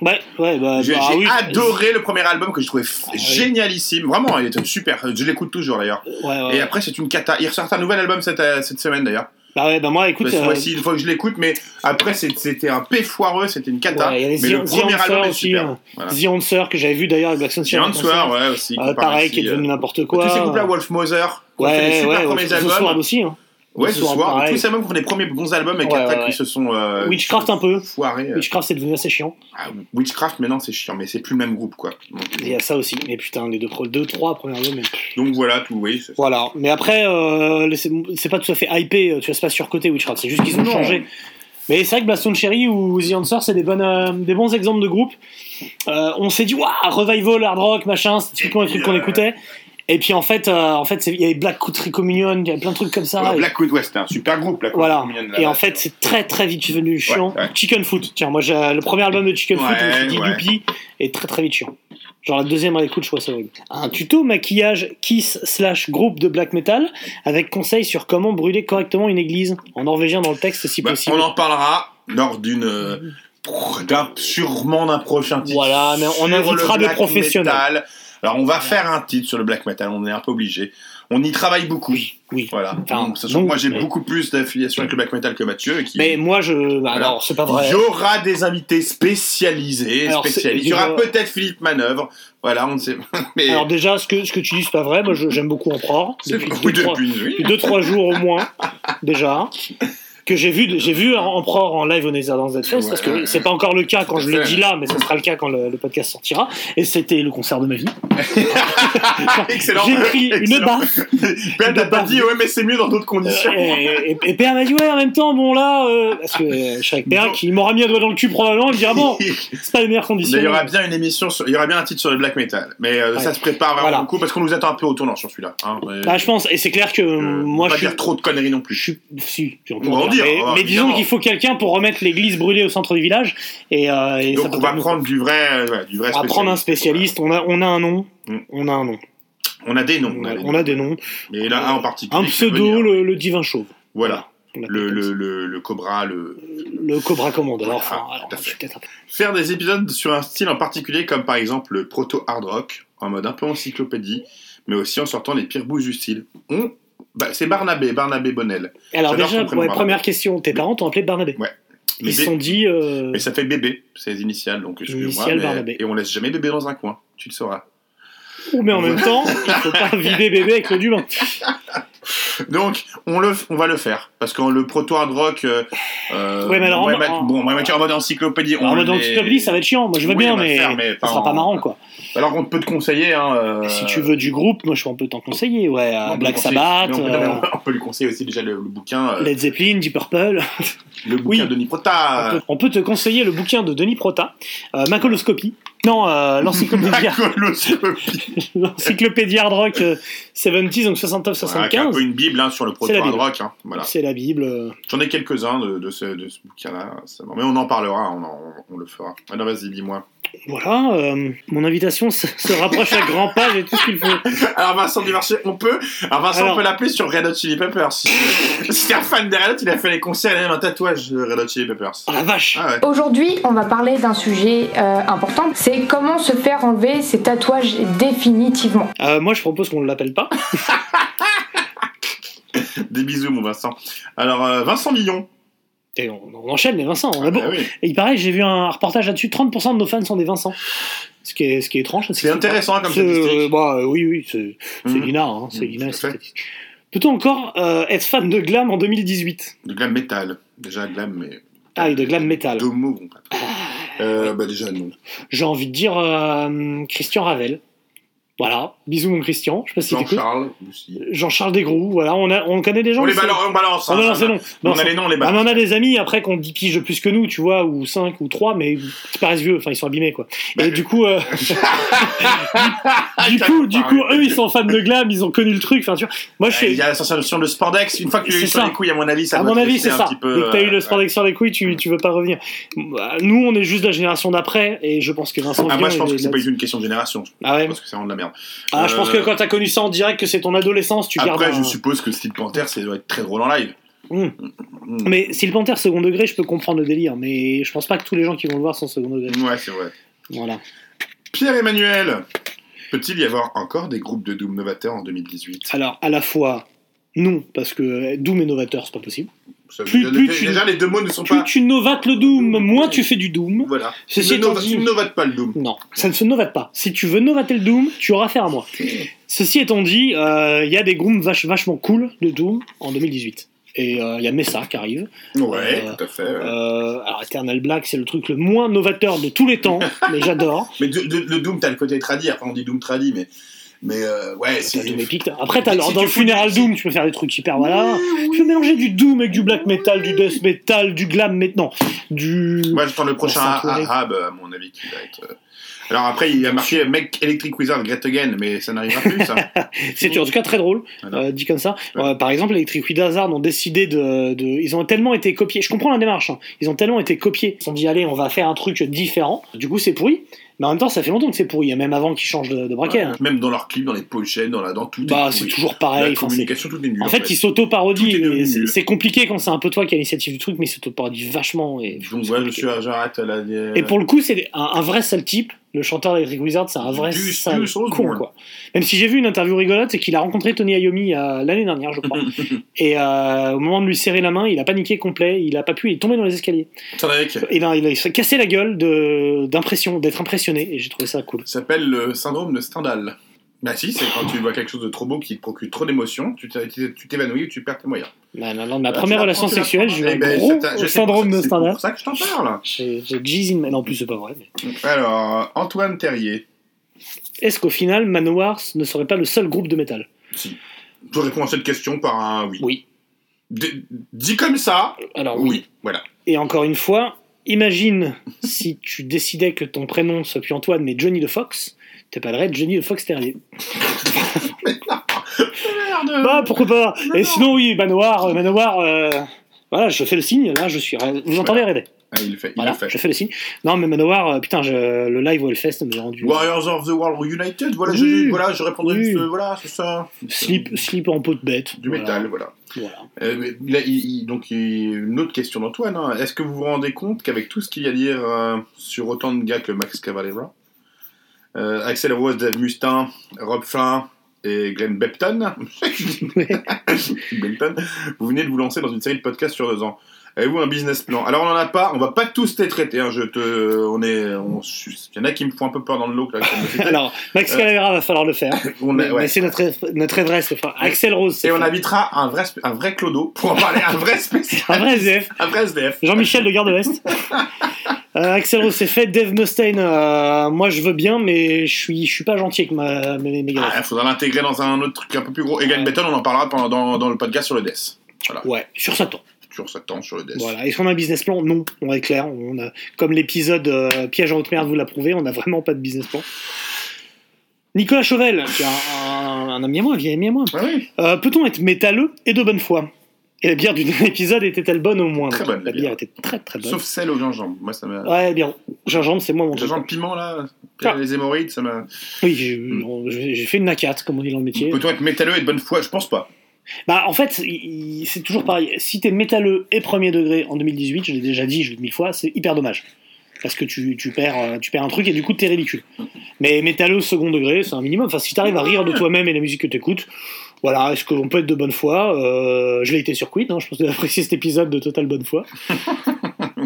Ouais, ouais, bah, J'ai bah, j'ai oui. Ah, adoré le premier album que je trouvais f- oui. génialissime. Vraiment, il était super. Je l'écoute toujours d'ailleurs. Ouais, Ah, ouais. Et après, c'est une cata. Il ressort un nouvel album cette, euh, cette semaine d'ailleurs. Bah, ouais, bah, moi, écoute. Bah, cette euh, fois-ci, une fois que je l'écoute, mais après, c'est- c'était un P foireux, c'était une cata. ouais, il y mais avait le The, The premier Answer album est aussi. super. hein. Voilà. The Answer que j'avais vu d'ailleurs avec Black Sunshine. J'ai un soir, ouais, aussi. Euh, pareil, qui est devenu devenu n'importe quoi. Tous ces groupes-là, Wolf Moser, qui ont fait des Ouais, super ouais, ouais. premiers Ce soir albums. aussi. hein. Ouais, ce ce soir, soir, pareil. tous ces albums qui ont fait des premiers bons albums et Ouais, qu'après, ouais, qui se sont. euh, Witchcraft un peu. Foirés. euh. Witchcraft, c'est devenu assez chiant. Ah, Witchcraft, mais non, c'est chiant, mais c'est plus le même groupe, quoi. Donc, Il y a ça aussi. Mais putain, les deux, pro- deux trois premiers albums. mais- donc voilà, tout, oui. c'est- Voilà. Mais après, euh, les- c'est c'est pas tout à fait hypé. euh, Tu vois, c'est pas surcoté Witchcraft. C'est juste qu'ils ont Non. changé. Mais c'est vrai que Blaston Cherry ou The Answer, c'est des, bonnes, euh, des bons exemples de groupes. Euh, on s'est dit, waouh, revival, hard rock, machin, c'est typiquement un truc qu'on écoutait. Et puis en fait, euh, en fait, c'est- il y avait Black Country Communion, il y avait plein de trucs comme ça. Ouais, Et- Blackwood West, c'était un super groupe, Blackwood Voilà. Communion, là, Et en là, fait, c'est très très vite devenu chiant. ouais. Chicken Foot. Tiens, moi, j'ai le premier album de Chicken Foot, Ouais, je me suis dit ouais. youpi, est très très vite chiant. Genre la deuxième avec Cool, je trouve ça horrible. Un tuto maquillage kiss slash groupe de black metal avec conseils sur comment brûler correctement une église en norvégien dans le texte si Bah, possible. Mm. on en parlera lors d'une. euh, pro- d'un- sûrement d'un prochain titre. Voilà, mais on sur invitera le des black professionnels. metal. Alors, on va faire un titre sur le black metal, on est un peu obligé. On y travaille beaucoup. Oui, oui. Voilà. Enfin, Donc, sachant que nous, moi, j'ai mais- beaucoup plus d'affiliation avec le black metal que Mathieu. et qui- Mais moi je. Bah, Voilà. non, c'est pas vrai. Il y aura des invités spécialisés, Alors, c'est- spécialistes. Il y aura peut-être Philippe Manœuvre. Voilà, on ne sait pas. Mais Alors déjà, ce que, ce que tu dis, c'est pas vrai. Moi, je- j'aime beaucoup en prendre. C'est Depuis vrai. 2-3 Oui, depuis, oui. jours au moins, déjà. Que j'ai vu, j'ai vu Empereur en live au Netherlands Dead Fest, parce que c'est pas encore le cas quand je le dis là, mais ce sera le cas quand le, le podcast sortira. Et c'était le concert de ma vie. excellent. J'ai pris une Excellent. baffe. Ben, t'as pas dit, ouais, mais c'est mieux dans d'autres conditions. euh, Et, et- et Pierre m'a dit, ouais, en même temps, bon là, euh, parce que euh, je suis avec Pierre, qui m'aura mis un doigt dans le cul probablement, il dira, bon, c'est pas les meilleures conditions. Mais il y aura bien une émission, sur- il y aura bien un titre sur le black metal, mais euh, Ouais. ça se prépare vraiment Voilà. beaucoup parce qu'on nous attend un peu au tournant sur celui-là. hein. Euh, Bah, je pense, et c'est clair que euh, on va moi, pas je suis. dire trop de conneries non plus. Si, on peut on va en en dire, dire. mais, on va- mais disons évidemment. qu'il faut quelqu'un pour remettre l'église brûlée au centre du village. Et, euh, et ça Donc peut on va pas nous- prendre du vrai, euh, voilà, du vrai. on va prendre un spécialiste. spécialiste. On a, on a un nom. Mm. On a un nom. On a des noms. On a, on a des noms. Mais là, un en particulier. Un qui va venir. pseudo, le, le divin chauve. Voilà. On l'appelle Le, comme ça. le, le, le cobra, le. Le cobra commandeur. Enfin, Ah, alors, tout à fait. c'est peut-être un peu- Faire des épisodes sur un style en particulier, comme par exemple le proto hard rock, en mode un peu encyclopédie, mais aussi en sortant les pires bouts du style. Hmm Bah, c'est Barnabé, Barnabé Bonnel. Alors J'adore déjà, son prénom, ouais, Barnabé. première question. Tes parents t'ont appelé Barnabé. Ouais. Mais Ils se sont dit. euh, Mais ça fait bébé, c'est les initiales, donc excuse-moi. Initiales mais- Barnabé. Et on laisse jamais bébé dans un coin, tu le sauras. Ouh, oh, mais en même temps, il faut pas vider bébé avec l'eau du bain. Donc, on, le, f- on va le faire. Parce que le proto hard rock. Euh, euh, Ouais, mais alors, ouais, en- ma- en- bon, ouais, Mathieu, en mode encyclopédie. on Alors, moi, dans le les- Top 10, ça va être chiant. Moi, je veux Oui, bien, on va le mais, faire, mais ça sera pas pas en- marrant, quoi. Alors qu'on peut te conseiller. Hein, euh, Si tu veux du groupe, moi, je peux un peu t'en conseiller. Ouais, on euh, peut Black lui conseiller- Sabbath. mais on, peut- euh, non, mais on peut lui conseiller aussi déjà le, le bouquin, euh, Led Zeppelin, Deep Purple. le bouquin oui. de Niprota. On peut- On peut te conseiller le bouquin de Denis Prota, euh, Ma coloscopie. Non, euh, l'encyclopédie Coloscopie. l'encyclopédie hard rock euh, 70s, donc Voilà, qui est un 69-75. peu une bible hein, sur le proto C'est la hard Bible. rock. hein, voilà. C'est la Bible. euh. J'en ai quelques-uns de, de ce, de ce bouquin-là. ça va. Mais on en parlera, on, en- on le fera. Alors vas-y, dis-moi. Voilà, euh, mon invitation se, se rapproche à grands pas, j'ai tout ce qu'il faut. Alors Vincent Dumarchais, on peut. Alors Vincent, Alors- on peut l'appeler sur Red Hot Chili Peppers. si tu veux. si t'es un fan des Red Hot, il a fait les concerts, il a même un tatouage de Red Hot Chili Peppers. Ah la vache Ah ouais. Aujourd'hui, on va parler d'un sujet euh, important, c'est comment se faire enlever ses tatouages définitivement. Euh, Moi, je propose qu'on ne l'appelle pas. Des bisous, mon Vincent. Alors euh, Vincent Millon. Et on, on enchaîne les Vincent. On a beau- Ah oui. Et il paraît, j'ai vu un reportage là-dessus, 30% de nos fans sont des Vincent. Ce qui est, ce qui est étrange. C'est intéressant comme C'est, euh, statistique. bah, euh, oui, oui, c'est c'est Mhm. Lina. hein, c'est Mhm, Lina, tout à c'est fait. statistique. Peut-on encore euh, être fan de glam en 2018 De glam metal. Déjà glam, mais Ah, et de glam metal. deux mots. Bon, euh, bah déjà non. J'ai envie de dire euh, Christian Ravel. Voilà, bisous mon Christian, je sais pas si t'écoutes. Jean-Charles aussi. Jean-Charles Desgroux, voilà, on, a, on connaît des gens. On les qui- balance, on balance. On hein. balance les noms. On Balance a les les noms, on les Ah, balance. mais on a des amis après qu'on dit piges de plus que nous, tu vois, ou 5 ou 3, mais qui paraissent vieux, enfin ils sont abîmés quoi. Bah, Et du coup, euh, du, coup, du coup, eux ils sont fans de glam, ils ont connu le truc, enfin tu vois. Moi je Euh, Il suis. y a la sensation de spandex. Une fois que tu l'as eu Ah, C'est sur ça. les couilles, à mon avis, ça à doit mon te avis, laisser c'est un ça. petit peu, Dès que t'as eu euh, le spandex sur les couilles, tu, tu veux pas revenir. Bah, Nous, on est juste la génération d'après, et je pense que Vincent. Ah, moi, je Villon, pense il que est c'est pas là- du tout une question de génération. Je Ah ouais. pense que c'est vraiment de la merde. Ah, je pense Euh, que quand t'as connu ça en direct, que c'est ton adolescence, tu gardes. Après, un- je suppose que Steel Panther, ça doit être très drôle en live. Mm. Mm. Mais si le Panthère second degré, je peux comprendre le délire, mais je pense pas que tous les gens qui vont le voir sont second degré. Ouais, c'est vrai. Voilà. Pierre-Emmanuel, peut-il y avoir encore des groupes de Doom novateurs en 2018 Alors, à la fois, non, parce que euh, Doom est novateur, c'est pas possible. Ça- plus- déjà, plus déjà, tu- déjà, les deux mots ne sont Plus pas. tu novates le Doom, moins tu fais du Doom. Voilà. Ceci tu, ne étant nova- dit- tu ne novates pas le Doom. Non, ça ne se novate pas. Si tu veux novater le Doom, tu auras affaire à moi. Ceci étant dit, euh, il y a des grooms vache- vachement cool de Doom en 2018. Et euh, il y a Messa qui arrive. Ouais, Euh, tout à fait. ouais. Euh, alors, Eternal Black, c'est le truc le moins novateur de tous les temps, mais j'adore. Mais de- de- le Doom, t'as le côté tradi. Après, on dit Doom tradi, mais Mais euh, ouais, T'as c'est. Doom Epic, t'as- Après, t'as Si alors, tu dans le fous- Funeral Doom, tu peux faire des trucs hyper. Voilà. Tu peux mélanger du Doom avec du black metal, du death metal, du glam maintenant. Du. Moi, j'attends le prochain Vincent Touré. Ahab, à mon avis, qui va être. euh. Alors après, il a marqué mec Electric Wizard Great Again, mais ça n'arrivera plus, ça. C'est en tout cas très drôle, euh, dit comme ça. Euh, par exemple, Electric Wizard ont décidé de, de- Ils ont tellement été copiés. Je comprends la démarche. hein. Ils ont tellement été copiés. Ils se sont dit, allez, on va faire un truc différent. Du coup, c'est pourri. Mais en même temps, ça fait longtemps que c'est pourri. Il y a même avant qu'ils changent de, de braquet. hein. Même dans leurs clips, dans les pochettes, dans, la, dans tout. est Bah, pourri. c'est toujours pareil, La enfin, communication, tout est nul. En fait, ils s'auto-parodient. Tout est devenu et c'est- nul. C'est compliqué quand c'est un peu toi qui as l'initiative du truc, mais ils s'auto-parodient vachement. Et, Donc, ouais, je suis à j'arrête la. et pour le coup, c'est un, un vrai sale type. Le chanteur d'Electric Wizard, c'est un vrai Gus- sale Gus con, Osborne. quoi. Même si j'ai vu une interview rigolote, c'est qu'il a rencontré Tony Iommi euh, l'année dernière, je crois. et euh, au moment de lui serrer la main, il a paniqué complet, il a pas pu, il est tombé dans les escaliers. T'en avais que- Et là, il, a, il s'est cassé la gueule de- d'impression, d'être impressionné, et j'ai trouvé ça cool. Ça s'appelle le syndrome de Stendhal. Bah si, c'est quand tu vois quelque chose de trop beau qui te procure trop d'émotions, tu t'é- tu t'évanouis ou tu perds tes moyens. Non, non, non, ma Bah, première tu relation l'apprends, tu sexuelle, l'apprends. j'ai eu un Eh ben, gros c'est un- je sais syndrome pour ça- de c'est standard. pour ça que je t'en parle. J'ai j'ai Jeez in ma- Non, en plus, c'est pas vrai. mais- Alors, Antoine Terrier. Est-ce qu'au final, Manowar ne serait pas le seul groupe de métal Si. Je réponds à cette question par un oui. Oui. Ah D- dit comme ça. Alors oui. Voilà. Et encore une fois, imagine si tu décidais que ton prénom soit plus Antoine mais Johnny de Fox, t'appellerais Johnny de Fox Terrier. Bah pourquoi pas Et sinon oui, Manoir, euh, Manoir, euh, voilà, je fais le signe, là je suis. euh, Vous entendez René Ah, il le fait. il Voilà, le fait. je fais le signe. Non mais Manoir, euh, putain, je- le live Wellfest me rendu. Warriors of the World Reunited. Voilà, Oui. je, voilà, je répondrai Oui. juste, euh, voilà, c'est ça. Slip, slip en peau de bête. Du Voilà. métal, voilà. Voilà. Euh, mais là, il- il- donc, il- une autre question d'Antoine. hein. Est-ce que vous vous rendez compte qu'avec tout ce qu'il y a à dire euh, sur autant de gars que Max Cavalera, euh, Axel Rose, Dave Mustin, Rob Flynn et Glenn Bepton, Bepton, vous venez de vous lancer dans une série de podcasts sur deux ans. Avez-vous un business plan Alors, on n'en a pas, on va pas tous les traiter. hein, je te, on est, on- il y en a qui me font un peu peur dans le lot. là, comme le fait. Alors, Max Euh, Calavera va falloir le faire. on mais est- ouais. mais c'est notre, notre adresse. Enfin, Axel Rose. c'est Et on fait. invitera un vrai, sp- un vrai Clodo pour en parler, un vrai spécialiste, Un vrai SDF. un vrai SDF. Jean-Michel de Garde Ouest. Euh, Axel Rose c'est fait, Dave Mustaine, euh, moi je veux bien, mais je suis, je suis pas gentil avec ma, mes, mes Ah, gars. il faudra l'intégrer dans un autre truc un peu plus gros. Et Glenn Benton, on en parlera pendant, dans, dans le podcast sur le Death. Voilà. Ouais, sur sa temps. Sur sa tente, sur le Death. Voilà. Est-ce qu'on a un business plan Non, on est clair. On a, comme l'épisode euh, Piège en haute merde vous l'a prouvé, on n'a vraiment pas de business plan. Nicolas Chauvel, qui est un, un- un ami à moi, un vieil ami à moi. Ouais, ouais. Euh, Peut-on être métalleux et de bonne foi Et la bière du dernier épisode était-elle bonne au moins Très bonne, La la bière était très très bonne. Sauf celle au gingembre. Moi, ça m'a. Ouais, bien. Gingembre, Ah, c'est moi mon Le truc. gingembre piment, là, Ah. les hémorroïdes, ça m'a. Oui, j'ai j'ai- j'ai fait une nacate, comme on dit dans le métier. Peut-on être métalleux et de bonne foi Je pense pas. Bah, en fait, il- il- c'est toujours pareil. Si t'es métalleux et premier degré en 2018, je l'ai déjà dit, je l'ai dit mille fois, c'est hyper dommage. Parce que tu, tu perds, euh, tu perds un truc et du coup t'es ridicule. Mais métalleux second degré, c'est un minimum. Enfin, si t'arrives à rire de toi-même et la musique que t'écoutes, voilà, est-ce que l'on peut être de bonne foi Euh, Je l'ai été sur Quid, hein, je pense que t'as apprécié cet épisode de Total Bonne Foi.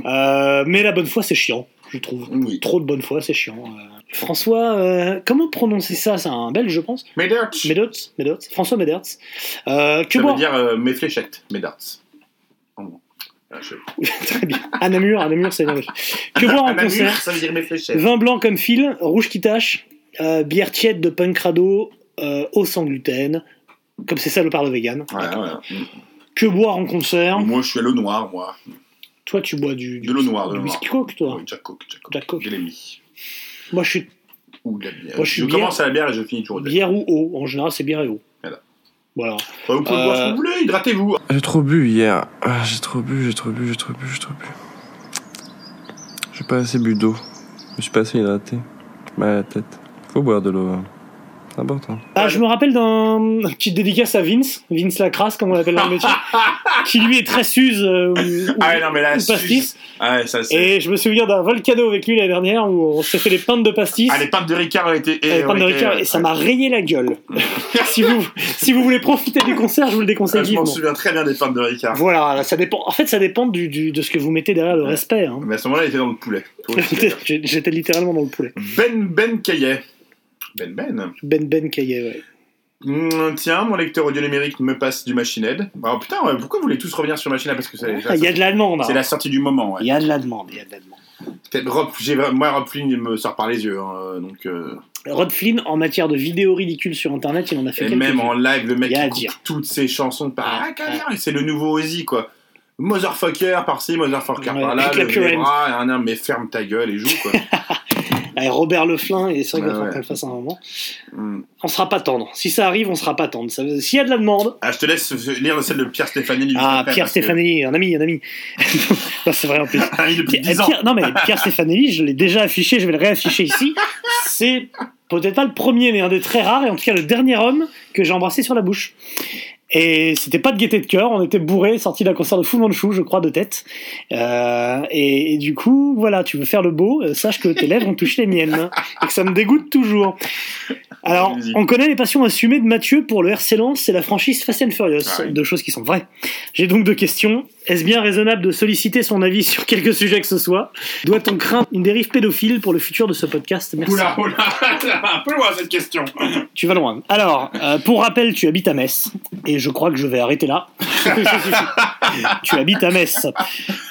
Euh, mais la bonne foi, c'est chiant, je trouve. Oui. Trop de bonne foi, c'est chiant. Euh, François, euh, comment prononcer ça C'est un belge, je pense. Mes darts Ça Médotz, Médotz, François Médotz. Euh, que veut boire dire euh, mes fléchettes, mes darts. En gros. Ah, je- Très bien. À Namur, à Namur, c'est bien. Que boire en Ah, la mûre, concert Ça veut dire mes fléchettes. Vin blanc comme fil, rouge qui tâche, euh, bière tiède de punk crado, euh, eau sans gluten, comme c'est ça le parle vegan. Ouais, ouais. Que boire en concert Moi, je suis à l'eau noire, moi. Toi, tu bois du, du De l'eau noire, de du l'eau noire. whisky coke, toi. Oui, Jack Coke, Jack Coke. Jack Coke. Je l'ai mis. Moi, je suis Ou de la bière. Moi, je suis je bière. commence à la bière et je finis toujours de la bière. bière ou eau. En général, c'est bière et eau. Voilà. Voilà. Bah, Vous pouvez Euh, boire ce que vous voulez, hydratez-vous. J'ai trop bu hier. Ah, j'ai trop bu, j'ai trop bu, j'ai trop bu, j'ai trop bu. J'ai pas assez bu d'eau. Je suis pas assez hydraté. Mal à la tête. Faut boire de l'eau. hein. C'est important. Ah, je me rappelle d'un un petit dédicace à Vince, Vince Lacrasse, comme on l'appelle dans le métier, qui lui est très suze euh, ou, Ah ouais, non, mais là, ou suze. pastis. Ah, ouais, ça, c'est. Et je me souviens d'un volcano avec lui l'année dernière où on s'est fait les pintes de pastis. Ah, les pintes de Ricard ont été. Eh, eh, les pintes de Ricard, Euh, et ça m'a rayé la gueule. si, vous, si vous voulez profiter du concert, je vous le déconseille Ah, Je m'en vivement. souviens très bien des pintes de Ricard. Voilà, ça dépend. En fait, ça dépend du, du- de ce que vous mettez derrière le Ouais. respect. hein. Mais à ce moment-là, il était dans le poulet. Toi aussi, d'ailleurs. J'ai- J'étais littéralement dans le poulet. ben Ben Caillet. Ben Ben. Ben Ben Caillet, ouais. Hum, tiens, mon lecteur audio numérique me passe du Machine Head. Oh putain, ouais, pourquoi vous voulez tous revenir sur Machine Head Parce que c'est Ah, Il y a de la demande. c'est hein. la sortie du moment. ouais. Il y a de la demande. Il y a de la demande. Peut-être Rob- j'ai- moi, Rob Flynn il me sort par les yeux. hein, donc, euh, Rod Flynn, en matière de vidéos ridicules sur Internet, il en a fait Et quelques même en live, le mec Il y a qui à coupe dire. toutes ses chansons par Ah, caviar, c'est le nouveau Ozzy quoi. Motherfucker par-ci, motherfucker Ouais, par-là, avec la lève les purée. bras, et un, un, mais ferme ta gueule et joue quoi. Ah, et Robert Leflin, et c'est vrai qu'il Ouais, va falloir ouais. qu'on le fasse à un moment. Hmm. On sera pas tendre. Si ça arrive, on sera pas tendre. Ça veut- S'il y a de la demande. Ah, je te laisse lire celle de Pierre Stéphanie. Ah, Pierre Stéfanelli, un ami, un ami. Non, c'est vrai en plus. depuis Pierre- 10 ans. Pierre- non, mais Pierre Stéfanelli, je l'ai déjà affiché, je vais le réafficher ici. C'est peut-être pas le premier, mais un des très rares, et en tout cas le dernier homme que j'ai embrassé sur la bouche. Et c'était pas de gaieté de cœur, on était bourrés, sortis d'un concert de Fu Manchu, je crois, de tête. Euh, et, et du coup, voilà, tu veux faire le beau, euh, sache que tes lèvres ont touché les miennes, et que ça me dégoûte toujours. Alors, Allez-y. on connaît les passions assumées de Mathieu pour le RC Lens et la franchise Fast and Furious, Ah oui. deux choses qui sont vraies. J'ai donc deux questions. Est-ce bien raisonnable de solliciter son avis sur quelque sujet que ce soit Doit-on craindre une dérive pédophile pour le futur de ce podcast Merci. Oula, oula, ça va un peu loin cette question. Tu vas loin. Alors, euh, pour rappel, tu habites à Metz, et je crois que je vais arrêter là. tu habites à Metz.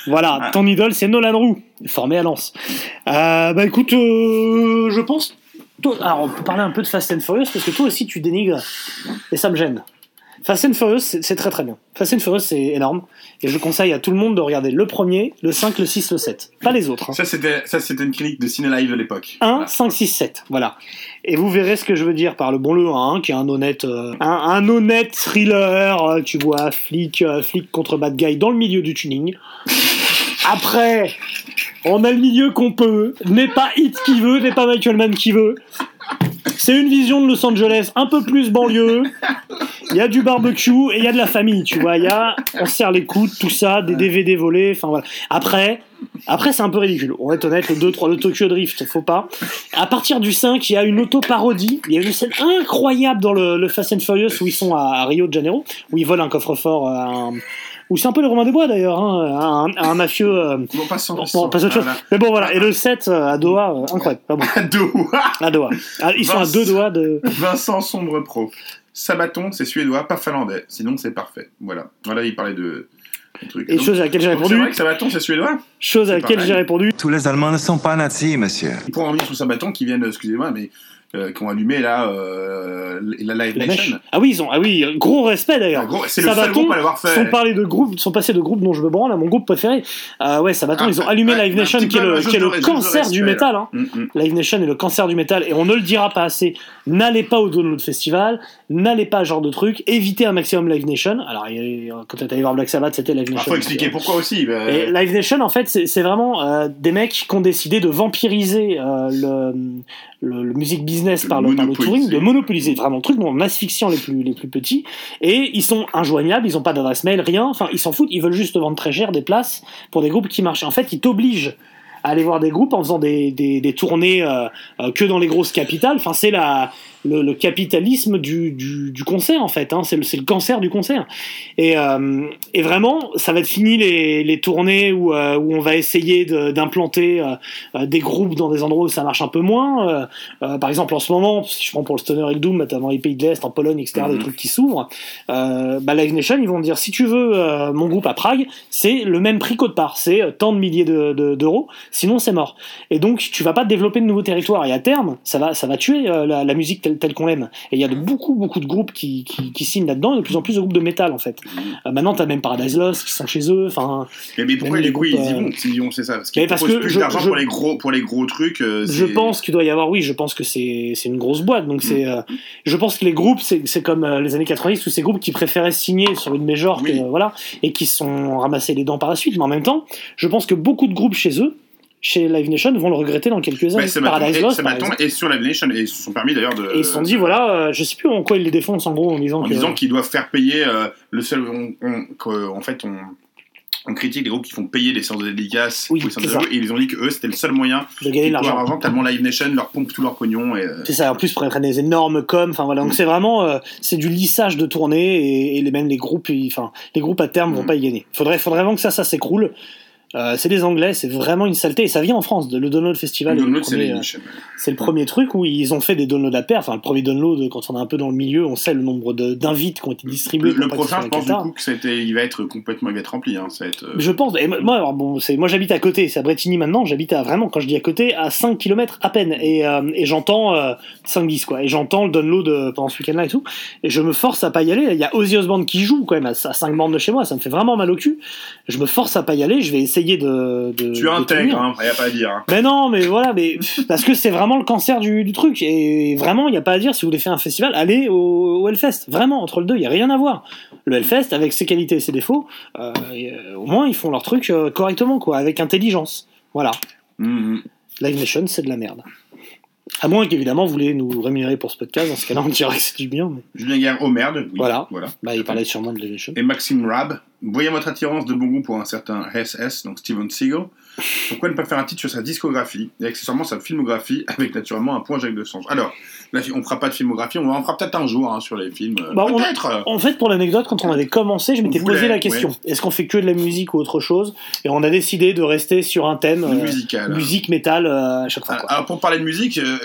Voilà, ton idole, c'est Nolan Roux, formé à Lens. Euh, bah écoute, euh, je pense... toi- alors, on peut parler un peu de Fast and Furious, parce que toi aussi, tu dénigres, et ça me gêne. Fast and Furious, c'est c'est très très bien. Fast and Furious, c'est énorme, et je conseille à tout le monde de regarder le premier, le 5, le 6, le 7. Pas les autres. hein. Ça, c'était ça, c'était une clinique de Ciné Live de l'époque. 1, 5, 6, 7. Voilà. Et vous verrez ce que je veux dire par le bon le 1, qui est un honnête, euh, un, un honnête thriller, euh, tu vois, flic, euh, flic contre bad guy dans le milieu du tuning. Après, on a le milieu qu'on peut, n'est pas Hit qui veut, n'est pas Michael Mann qui veut. C'est une vision de Los Angeles un peu plus banlieue. Il y a du barbecue et il y a de la famille, tu vois. Il y a, on se serre les coudes, tout ça, des DVD volés, enfin voilà. Après, après c'est un peu ridicule. On va être honnête, le 2, 3, le Tokyo Drift, faut pas. À partir du 5, il y a une auto-parodie. Il y a une scène incroyable dans le, le Fast and Furious où ils sont à, à Rio de Janeiro, où ils volent un coffre-fort, à un- où c'est un peu les Romains des Bois d'ailleurs, hein, à un, à un mafieux. euh, Bon, passons. Bon, on passe à autre chose. Voilà. Mais bon, voilà. Et le 7 euh, à Doha, euh, incroyable. Pas bon. À Doha. À Doha. Ah, Ils sont à Vince. deux doigts de. Vincent Sombre Pro. Sabaton, c'est suédois, pas finlandais. Sinon, c'est parfait. Voilà. Voilà, il parlait de. de trucs. Et Donc- chose à laquelle j'ai donc, répondu. C'est vrai que Sabaton, c'est suédois Chose à C'est laquelle pas mal. j'ai répondu. Tous les Allemands ne sont pas nazis, monsieur. Pour en revenir sur Sabaton, qui viennent, excusez-moi, mais euh, qui ont allumé là, euh, la Live La mèche. Nation. Ah oui, ils ont. Ah oui, gros respect d'ailleurs. gros- c'est le seul Sabaton, groupe à l'avoir fait. Sont parlés de groupes, sont passés de groupes dont je me branle à mon groupe préféré. Ah ouais, Sabaton, Ah, ils ont allumé ouais, Live un Nation, petit qui est peu le, un jeu qui est de- le jeu de cancer du respect, métal. là. hein. Live Nation est le cancer du métal et on ne le dira pas assez. N'allez pas au Download Festival, n'allez pas à ce genre de truc, évitez un maximum Live Nation. Alors, il y a- quand t'es allé voir Black Sabbath, c'était Live Nation. Il Bah, Ah, faut expliquer pourquoi aussi. bah, Et Live Nation, en fait, c'est c'est vraiment euh, des mecs qui ont décidé de vampiriser euh, le, le, le music business par le, par le monopoliser. touring, de monopoliser vraiment le truc, bon, en asphyxiant les plus, les plus petits. Et ils sont injoignables, ils n'ont pas d'adresse mail, rien. Enfin, ils s'en foutent, ils veulent juste vendre très cher des places pour des groupes qui marchent. En fait, ils t'obligent à aller voir des groupes en faisant des, des, des tournées euh, euh, que dans les grosses capitales. Enfin, c'est la, le, le capitalisme du, du, du concert, en fait. Hein. C'est le, c'est le cancer du concert. Et, euh, et vraiment, ça va être fini les, les tournées où, euh, où on va essayer de- d'implanter euh, euh, des groupes dans des endroits où ça marche un peu moins. Euh, euh, par exemple, en ce moment, si je prends pour le Stoner et le Doom, notamment les pays de l'Est, en Pologne, etc., des trucs qui s'ouvrent, euh, bah, Live Nation, ils vont dire si tu veux euh, mon groupe à Prague, c'est le même prix qu'au départ, c'est euh, tant de milliers de- de- d'euros, sinon c'est mort. Et donc, tu vas pas développer de nouveaux territoires. Et à terme, ça va, ça va tuer euh, la, la musique telle, telle qu'on l'aime. Et il y a de beaucoup, beaucoup de groupes qui, qui, qui signent là-dedans, et de plus en plus de groupes de métal, en fait. Euh, maintenant, t'as même Paradise Lost qui sont chez eux, enfin. Mais, mais pourquoi même les les couilles ils groupes, y euh, vont s'ils y vont, c'est ça. Parce mais qu'ils parce proposent que plus je- d'argent je- pour les gros pour les gros trucs. euh, Je c'est- Mm. pense qu'il doit y avoir, oui, je pense que c'est c'est une grosse boîte. Donc c'est, euh, je pense que les groupes, c'est c'est comme euh, les années 90, tous ces groupes qui préféraient signer sur une major, que, euh, voilà, et qui se sont ramassés les dents par la suite. Mais en même temps, je pense que beaucoup de groupes chez eux, chez Live Nation, vont le regretter dans quelques Mais années. ce Paradise matin, Lost, ce par matin exemple. est sur Live Nation et ils se sont permis d'ailleurs de. Et ils se sont dit, voilà, euh, je sais plus en quoi ils les défoncent en gros en disant en que. disant qu'ils doivent faire payer euh, le seul. On, on- que- en fait, on, on critique les groupes qui font payer les séances de dédicaces. ou les séances c'est de ça. jeux, et ils ont dit que eux, c'était le seul moyen De gagner de l'argent. l'argent. Tellement Live Nation leur pompe tout leur pognon. Et, euh, C'est ça, en plus, ils prennent des énormes coms. Enfin, voilà. Donc, Mm. c'est vraiment euh, c'est du lissage de Mm. tournée et, et les, même les groupes, ils- enfin, les groupes à terme vont pas y gagner. Faudrait, faudrait vraiment que ça, ça s'écroule. Euh, c'est des Anglais, c'est vraiment une saleté. Et ça vient en France. Le Download Festival, Le est download, c'est premier, les euh, niches. c'est le premier truc où ils ont fait des downloads à pair. Enfin, le premier download, quand on est un peu dans le milieu, on sait le nombre de- d'invites qui ont été distribués. Le, pour le participer à la prochain, je pense du cata. coup que c'était, il va être complètement, il va être rempli. Hein, ça va être, euh, Je pense. Et moi, alors bon, c'est moi j'habite à côté, c'est à Bretigny maintenant. J'habite à vraiment, quand je dis à côté, à 5 km à peine. Et, euh, et j'entends 5-10 quoi. Et j'entends le download euh, pendant ce week-end-là et tout. Et je me force à pas y aller. Il y a Ozzy Osbourne qui joue quand même à, 5 bornes de chez moi. Ça me fait vraiment mal au cul. Je me force à pas y aller. Je vais essayer de. de tu de intègres, tenir. hein, y a pas à dire. hein. Mais Ben non, mais voilà, mais parce que c'est vraiment le cancer du, du truc. Et vraiment, il n'y a pas à dire, si vous voulez faire un festival, allez au, au Hellfest. Vraiment, entre le deux, il n'y a rien à voir. Le Hellfest, avec ses qualités et ses défauts, euh, et, euh, au moins, ils font leur truc euh, correctement, quoi, avec intelligence. Voilà. Mm, Live Nation, c'est de la merde. À moins qu'évidemment, vous voulez nous rémunérer pour ce podcast. Dans ce cas-là, on dirait que c'est du bien. Mais... Julien Guerre, oh merde. oui, Voilà. voilà. Bah, il parlait sûrement de Live Nation. Et Maxime Rab, voyant votre attirance de bon goût pour un certain SS, donc Steven Seagal, pourquoi ne pas faire un titre sur sa discographie et accessoirement sa filmographie avec naturellement un point Jacques de Sange Alors, là, on ne fera pas de filmographie, on en fera peut-être un jour hein, sur les films. euh, Bah, on- peut-être euh, En fait, pour l'anecdote, quand on avait commencé, je m'étais voulait, posé la question ouais. est-ce qu'on fait que de la musique ou autre chose Et on a décidé de rester sur un thème Le euh, musical. musique, métal, euh, à chaque fois. Alors, alors, pour parler de musique, euh,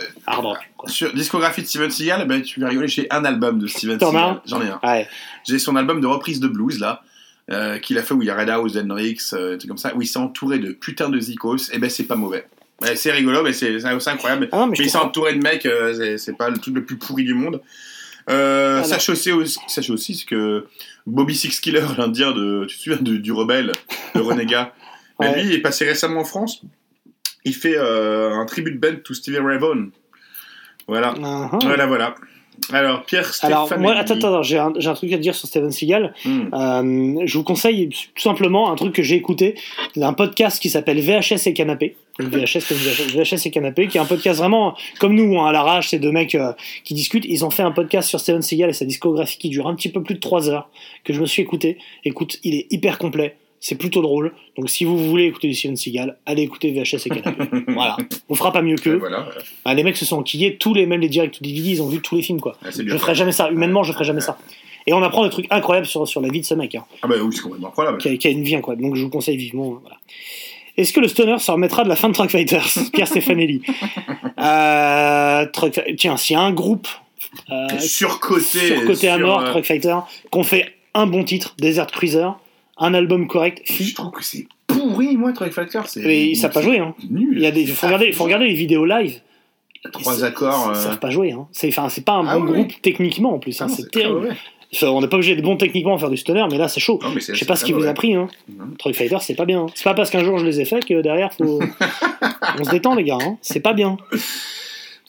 sur discographie de Steven Seagal, ben, tu vas rigoler, j'ai un album de Steven T'en as Seagal. un J'en ai un. Ouais. J'ai son album de reprise de blues, là, euh, qu'il a fait où il y a Red House, Hendrix, euh, des trucs comme ça, où il s'est entouré de putain de zikos, et ben c'est pas mauvais. Ben, c'est rigolo, mais c'est c'est- c'est incroyable. Ah mais il s'est entouré de mecs, euh, c'est- c'est pas le truc le plus pourri du monde. Euh, Alors. sachez aussi, aussi- sachez aussi c'est que Bobby Six Killer, l'Indien de, tu te souviens du, du rebelle, le renégat, ben, Ouais. lui il est passé récemment en France. Il fait euh, un tribute band to Stevie Ray Vaughan. Voilà, voilà, voilà. Alors Pierre Stéphane. Ah. Alors, moi, attends, attends, attends, j'ai un, j'ai un truc à dire sur Steven Seagal. Hmm. Euh, je vous conseille tout simplement un truc que j'ai écouté d'un podcast qui s'appelle VHS et Canapé. Donc, VHS, comme VHS et Canapé, qui est un podcast vraiment comme nous, hein, à l'arrache, ces deux mecs euh, qui discutent. Ils ont fait un podcast sur Steven Seagal et sa discographie qui dure un petit peu plus de 3 heures, que je me suis écouté. Écoute, il est hyper complet. C'est plutôt drôle. Donc, si vous voulez écouter du Steven Seagal, allez écouter VHS et Canapé. voilà. On fera pas mieux Ben qu'eux. Ah, les mecs se sont enquillés, tous les, même les directs ou DVD, ils ont vu tous les films, quoi. Ah, c'est bien je fait. ferai jamais ça, humainement, je ferai jamais ça. Et on apprend des trucs incroyables sur, sur la vie de ce mec, hein, Ah bah oui, c'est complètement incroyable. qui, a, qui a une vie incroyable, donc je vous conseille vivement. hein, voilà. Est-ce que le stoner se remettra de la fin de Truck Fighters Pierre Stefanelli. Euh, Truck- Tiens, s'il y a un groupe euh, Surcoté, surcoté à sur, mort, euh, Truck Fighter, qu'on fait un bon titre, Desert Cruiser, un album correct, Je trouve que c'est pourri, moi, Truck Factor. c'est- Mais ça pas joué, hein. Il y a des, faut regarder, faut regarder les vidéos live. Trois Ils sa- accords, Ils euh. savent pas jouer, hein. C'est, enfin, c'est pas un Ah bon oui, groupe techniquement en plus, hein. non, C'est c'est très terrible. mauvais. Enfin, on n'est pas obligé d'être bon techniquement pour faire du stoner, mais là c'est chaud. mais c'est- Je sais c'est pas ce très qui vous mauvais. a pris, hein. Truck Fighter, c'est pas bien. hein. C'est pas parce qu'un jour je les ai faits que derrière faut. on se détend, les gars, hein. C'est pas bien.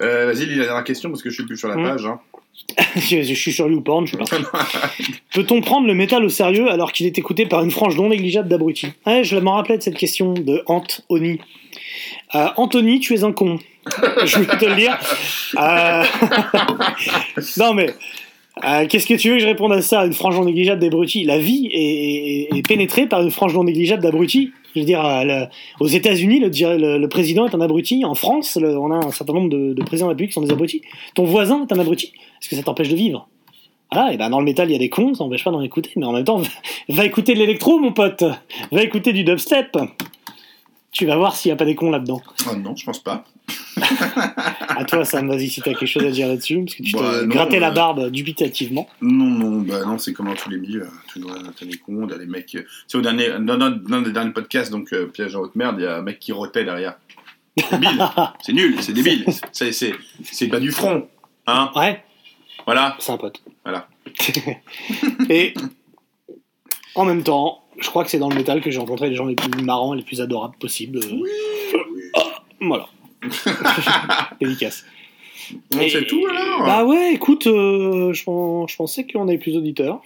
Euh, Vas-y, lis la dernière question parce que je suis plus sur la Hmm. page. hein. je, je suis sur YouPorn, je suis parti. Peut-on prendre le métal au sérieux alors qu'il est écouté par une frange non négligeable d'abrutis Ouais, je m'en rappelais de cette question de Anthony. Euh, Anthony, tu es un con. je vais te le dire. Euh, non mais. euh, Qu'est-ce que tu veux que je réponde à ça Une frange non négligeable d'abrutis La vie est, est- est pénétrée par une frange non négligeable d'abrutis. Je veux dire, euh, le- aux États-Unis, le, di- le- le président est un abruti. En France, le- on a un certain nombre de, de présidents de la République qui sont des abrutis. Ton voisin est un abruti. Est-ce que ça t'empêche de vivre voilà, et ben dans le métal, il y a des cons, ça n'empêche pas d'en écouter, mais en même temps, va, va écouter de l'électro, mon pote Va écouter du dubstep Tu vas voir s'il n'y a pas des cons là-dedans. Ah non, je pense pas. À toi, Sam, vas-y, si t'as quelque chose à dire là-dessus, parce que tu Bah, t'es non, gratté la euh, barbe dubitativement. Non, non, bah non, c'est comme dans tous les milieux. hein. Toujours, euh, t'as des cons, t'as des mecs. euh, C'est au dernier, dans un dans des derniers podcasts, donc euh, piège en haute merde, il y a un mec qui rotait derrière. C'est débile, c'est nul, c'est débile. C'est- C'est c'est pas du front, hein Ouais. Voilà. C'est un pote. Voilà. Et en même temps, je crois que c'est dans le métal que j'ai rencontré les gens les plus marrants et les plus adorables possibles. Ah, voilà. Dédicace. Donc, c'est tout alors Bah ouais, écoute, euh, je, pens- je pensais qu'on avait plus d'auditeurs.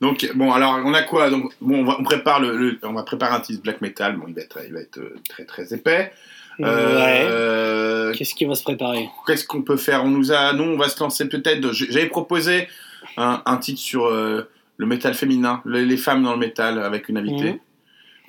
Donc bon, alors on a quoi Donc bon, on, va, on prépare le, le- on va préparer un titre black metal. Bon, il va être, il va être euh, très très épais. Euh, Qu'est-ce qui va se préparer Qu'est-ce qu'on peut faire On nous a, nous, on va se lancer peut-être. de- j'ai- J'avais proposé un, un titre sur euh, le métal féminin, le- les femmes dans le métal, avec une invitée. Mhm.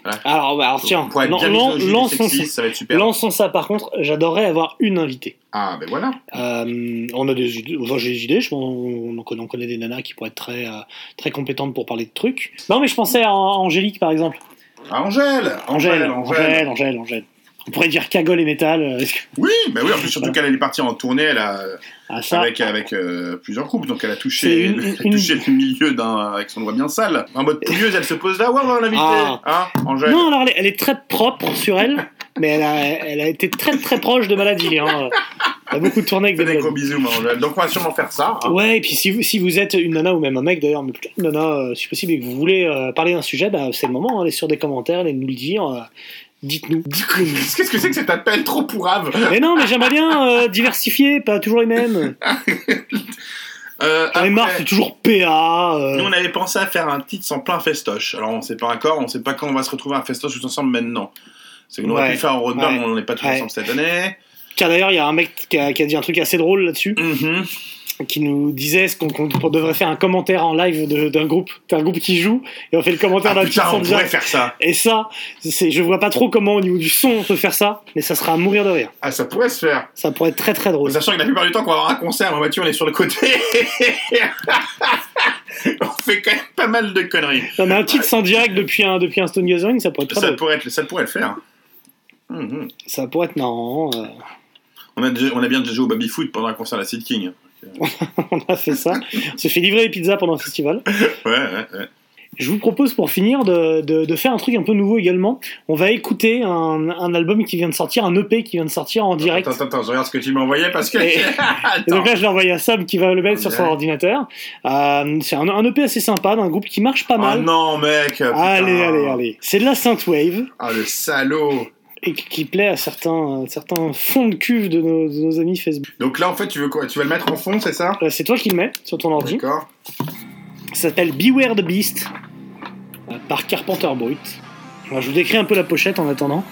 Voilà. Alors, bah, alors Donc, tiens, pour être bien lan- misogyne et lançons sexiste, ça. ça va être super. Lançons ça. Par contre, j'adorerais avoir une invitée. Ah, ben voilà. Euh, on a des idées, enfin, j'ai des idées, je pense, on, en connaît, on connaît des nanas qui pourraient être très, euh, très compétentes pour parler de trucs. Non, mais je pensais à Angélique par exemple. Ah, Angèle Angèle, Angèle, Angèle, Angèle. On pourrait dire cagole et métal. euh, est-ce que- Oui, bah oui, en plus, surtout qu'elle est partie en tournée elle a, Ah, ça. avec, avec euh, plusieurs groupes, donc elle a C'est touché, une- elle a une- touché le milieu d'un, avec son doigt bien sale. En mode pouilleuse, elle se pose là, ouais, on va l'inviter. Ah. Hein, Angèle Non, alors elle est, elle est très propre sur elle, mais elle a, elle a été très très proche de maladie. Hein. Elle a beaucoup tourné avec des Des maladies. gros bisous, ma Angèle. Donc, on va sûrement faire ça. hein. Ouais, et puis si vous, si vous êtes une nana ou même un mec d'ailleurs, mais plutôt une nana, euh, si possible, et que vous voulez euh, parler d'un sujet, bah, c'est le moment, hein, allez sur des commentaires, allez nous le dire. euh, dites-nous. Dites-nous. Qu'est-ce que c'est que cet appel trop pourrave mais non, mais j'aimerais bien euh, diversifier, pas toujours les mêmes. Euh, J'en ai marre, c'est toujours PA. euh, Nous, on avait pensé à faire un titre sans plein festoche. Alors, on sait pas encore, on sait pas quand on va se retrouver à un festoche tous ensemble maintenant. C'est que nous, on a Ouais. pu le faire en road Ouais. mais on n'est pas tous Ouais. ensemble cette année. Car d'ailleurs, il y a un mec qui a, qui a dit un truc assez drôle là-dessus, Ah, qui nous disait ce qu'on qu'on devrait faire un commentaire en live de- d'un groupe, d'un groupe qui joue, et on fait le commentaire d'un titre Ah, Putain, sans on dire. pourrait faire ça. Et ça, c'est, je vois pas trop comment au niveau du son on peut faire ça, mais ça sera à mourir de rire. Ah, ça pourrait se faire. Ça pourrait être très très drôle. Sachant que la plupart du temps, qu'on va avoir un concert, ma voiture, on est sur le côté. on fait quand même pas mal de conneries. Non, mais un titre sans direct depuis un, depuis un Stone Gathering, ça pourrait être très Ça drôle. pourrait, être, ça pourrait le faire. Mhm. Ça pourrait être non. euh, On, a déjà- on a bien déjà joué au baby-foot pendant un concert à la Seed King. on a fait ça. On s'est fait livrer les pizzas pendant le festival. Ouais, ouais, ouais. Je vous propose pour finir de, de- de faire un truc un peu nouveau également. On va écouter un, un album qui vient de sortir, un EP qui vient de sortir en direct. Attends, attends, je regarde ce que tu m'as envoyé parce que. Et- Et Attends. donc là, je l'ai envoyé à Sam qui va le mettre sur son Ouais. ordinateur. Euh, c'est un, un EP assez sympa d'un groupe qui marche pas Ah mal. non, mec putain. allez, allez, allez. C'est de la synthwave Ah, le salaud et qui- qui plaît à certains, à certains fonds de cuve de nos, de nos amis Facebook. Donc là, en fait, tu veux quoi Tu vas le mettre en fond, c'est ça Euh, c'est toi qui le mets sur ton ordi. D'accord. Ça s'appelle Beware the Beast euh, par Carpenter Brut. Alors, je vous décris un peu la pochette en attendant.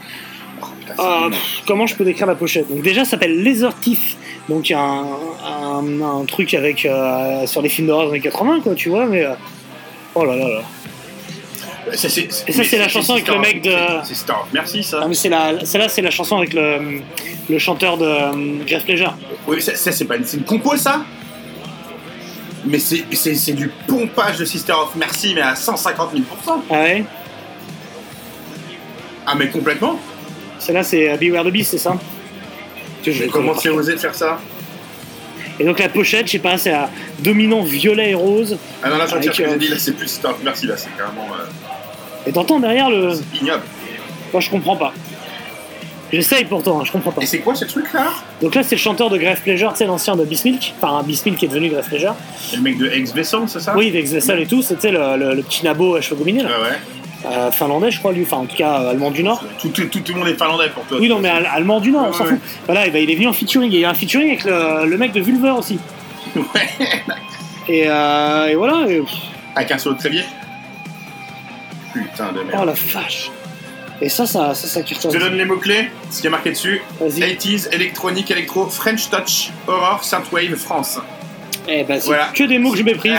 Ah, pff, comment je peux décrire la pochette Donc déjà, ça s'appelle Laser Teeth. Donc il y a un, un- un truc avec euh, sur les films d'horreur des années 80, quoi, tu vois. Mais euh, oh là là là. Bah, Et ça, c'est la chanson avec le mec de. C'est Star. Merci, ça. Ah, mais c'est la, celle-là, c'est la chanson avec le, le chanteur de euh, Jeff Pleasure. Oui, ça, ça, c'est pas une, c'est une compo, ça Mais c'est- c'est c'est du pompage de Sister of Mercy, mais à 150 000 Ah ouais Ah, mais complètement Celle-là, c'est euh, Beware the Beast, c'est ça Mais comment tu as osé de faire ça Et donc la pochette, je sais pas, c'est à dominant violet et rose. Ah non, là, je Avec, retire ce que euh, j'ai dit, là, c'est plus Sister of Mercy, là, c'est carrément euh, Et t'entends derrière le. ignoble. Moi, je comprends pas. J'essaye pourtant, hein, je comprends pas. Et c'est quoi ce truc-là Donc là, c'est le chanteur de Grave Pleasure, c'est l'ancien de Bismilk, enfin un Bismilk qui est devenu Grave Pleasure. C'est le mec de ex vessel c'est ça Oui, avec Vessel et tout, c'était le, le- le petit nabo à cheveux gominés, là. Ah ouais. Euh, finlandais, je crois, lui, enfin en tout cas euh, allemand du Nord. Tout, tout, tout, tout le monde est finlandais pour toi. Oui, non, mais al- allemand du Nord, on s'en ouais, fout. Voilà, et ben, il est venu en featuring. Et il y a un featuring avec le, le mec de Vulver aussi. Et, euh, et voilà. et- Avec un saut de trépied Putain de merde. Oh la vache. Et ça, ça, ça, ça cartonne. Je te donne les mots-clés, ce qui est marqué dessus. 80s, électronique, électro, French Touch, horror, Synthwave, France. Eh ben, c'est Voilà. que des mots que je méprise.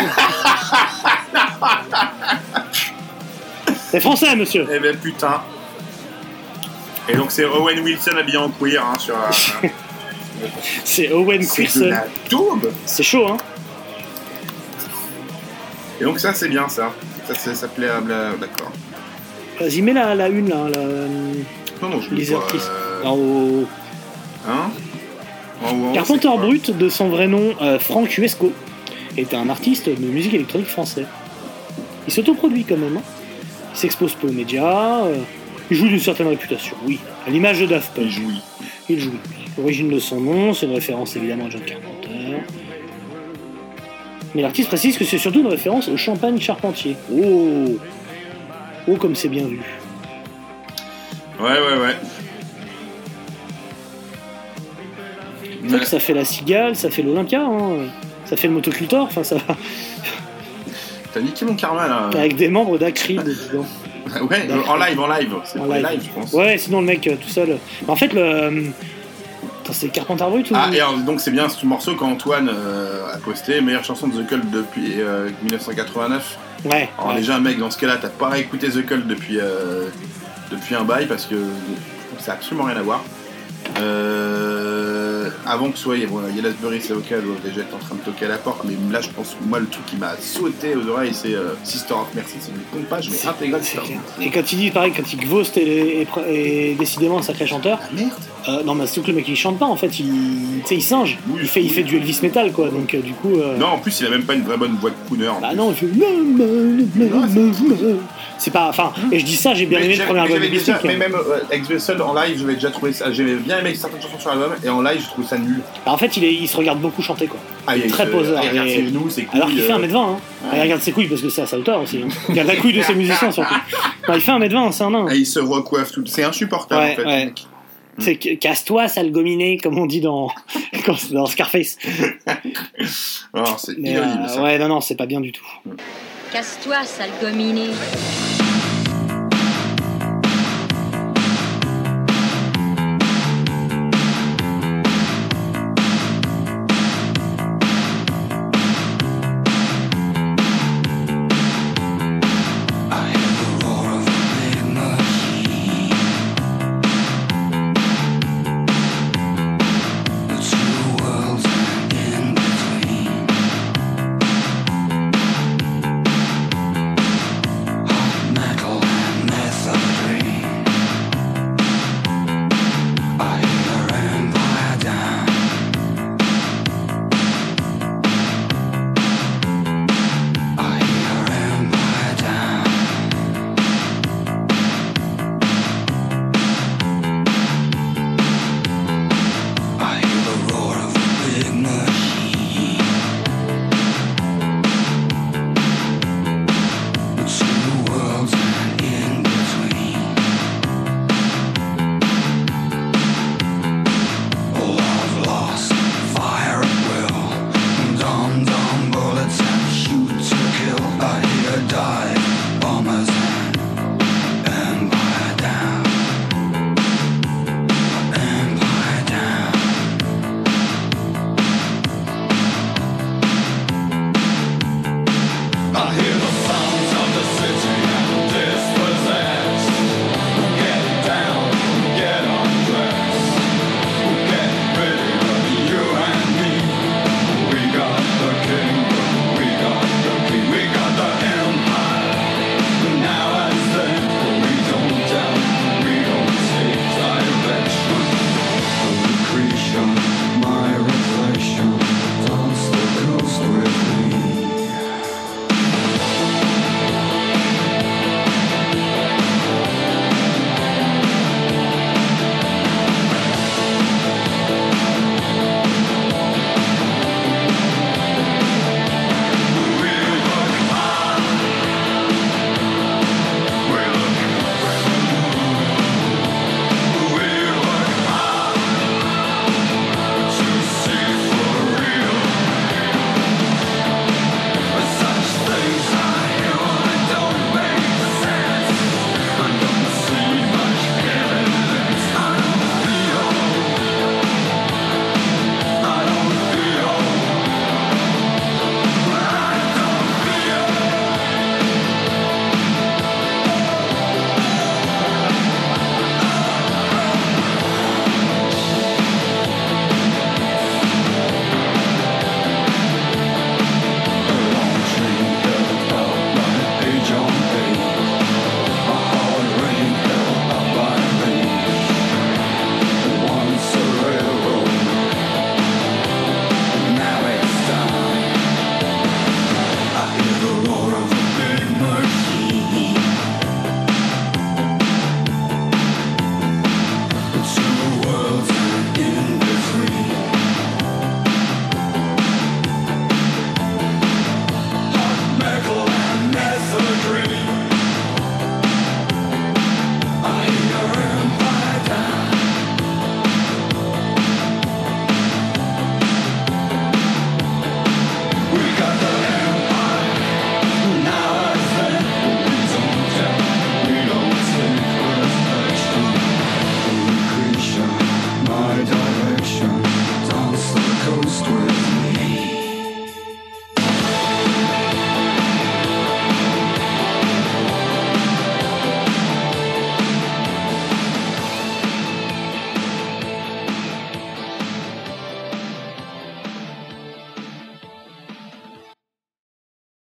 c'est français, monsieur. Eh ben putain. Et donc c'est Owen Wilson habillé en queer hein, sur. euh, C'est Owen c'est de Quirson. la daube. C'est chaud, hein. Et donc ça c'est bien ça. Ça, c'est- ça plaît à Bla- D'accord. Vas-y, mets la, la une, là. La... Non, non, je Les mets pas, artistes. euh, Là, au- Hein En haut, en haut, Carpenter c'est quoi Brut, de son vrai nom, euh, Franck Huesco, est un artiste de musique électronique français. Il s'autoproduit quand même. hein. Il s'expose peu aux médias. euh, il joue d'une certaine réputation, oui. À l'image de Daft Punk. Il joue. Il joue. L'origine de son nom, c'est une référence évidemment à John Carpenter. Mais l'artiste précise que c'est surtout une référence au champagne charpentier. Oh Oh, comme c'est bien vu. Ouais, ouais, ouais. C'est vrai que ça fait la cigale, ça fait l'Olympia, hein, ça fait le motocultor, enfin ça va. T'as niqué mon karma là. Avec des membres Ah, d'Acrid dedans. Ouais, en live, en live. C'est En pour les live. lives, je pense. Ouais, sinon le mec euh, tout seul. En fait, le. euh, Attends, c'est Carpenter Brut ou. Ah, et alors, donc c'est bien ce morceau qu'Antoine euh, a posté, meilleure chanson de The Cult depuis euh, 1989. Ouais. Alors déjà, un mec, dans ce cas-là, t'as pas réécouté The Cult depuis, euh, depuis un bail parce que ça a absolument rien à voir. Euh, avant que soit voilà, Yellasbury, c'est local, déjà être en train de toquer à la porte, mais là je pense moi le truc qui m'a sauté aux oreilles c'est euh, Sister of Mercy, c'est une compage mais intégrale. Sister of Mercy. Et quand il dit, pareil, quand il ghost est, est- est décidément un sacré chanteur. euh, merde Non, mais surtout que le mec il chante pas en fait, il, tu sais, il singe. il, fait, il fait du Elvis Metal quoi, donc euh, du coup. euh, Non en plus il a même pas une vraie bonne voix de crooner. en Bah plus. non, il fait. C'est pas. Enfin, et je dis ça, j'ai bien Mmh. Mais aimé le j'avais- premier mais album j'avais de déjà- Mystique. mais même euh, avec The Sun en live, j'avais déjà trouvé ça. J'avais bien aimé certaines chansons sur l'album, et en live, je trouve ça nul. Bah, en fait, il, est- il se regarde beaucoup chanter, quoi. Ah, il est il très se- poseur. il regarde et- ses genoux, ses couilles, Alors qu'il fait euh, 1m20, hein. ouais. Ah, Il regarde ses couilles parce que c'est à sa hauteur aussi. hein. Il regarde la couille de ses musiciens, surtout. Non, il fait 1m20, c'est un nain. Et ah, il se recoiffe tout. C'est insupportable, Ouais, en fait. ouais. C'est que- casse-toi, sale gominé, comme on dit dans, dans Scarface. Alors, c'est Mais, inaudible, euh, Ah, ça. ouais, non, non, c'est pas bien du tout. Casse-toi, sale gominé.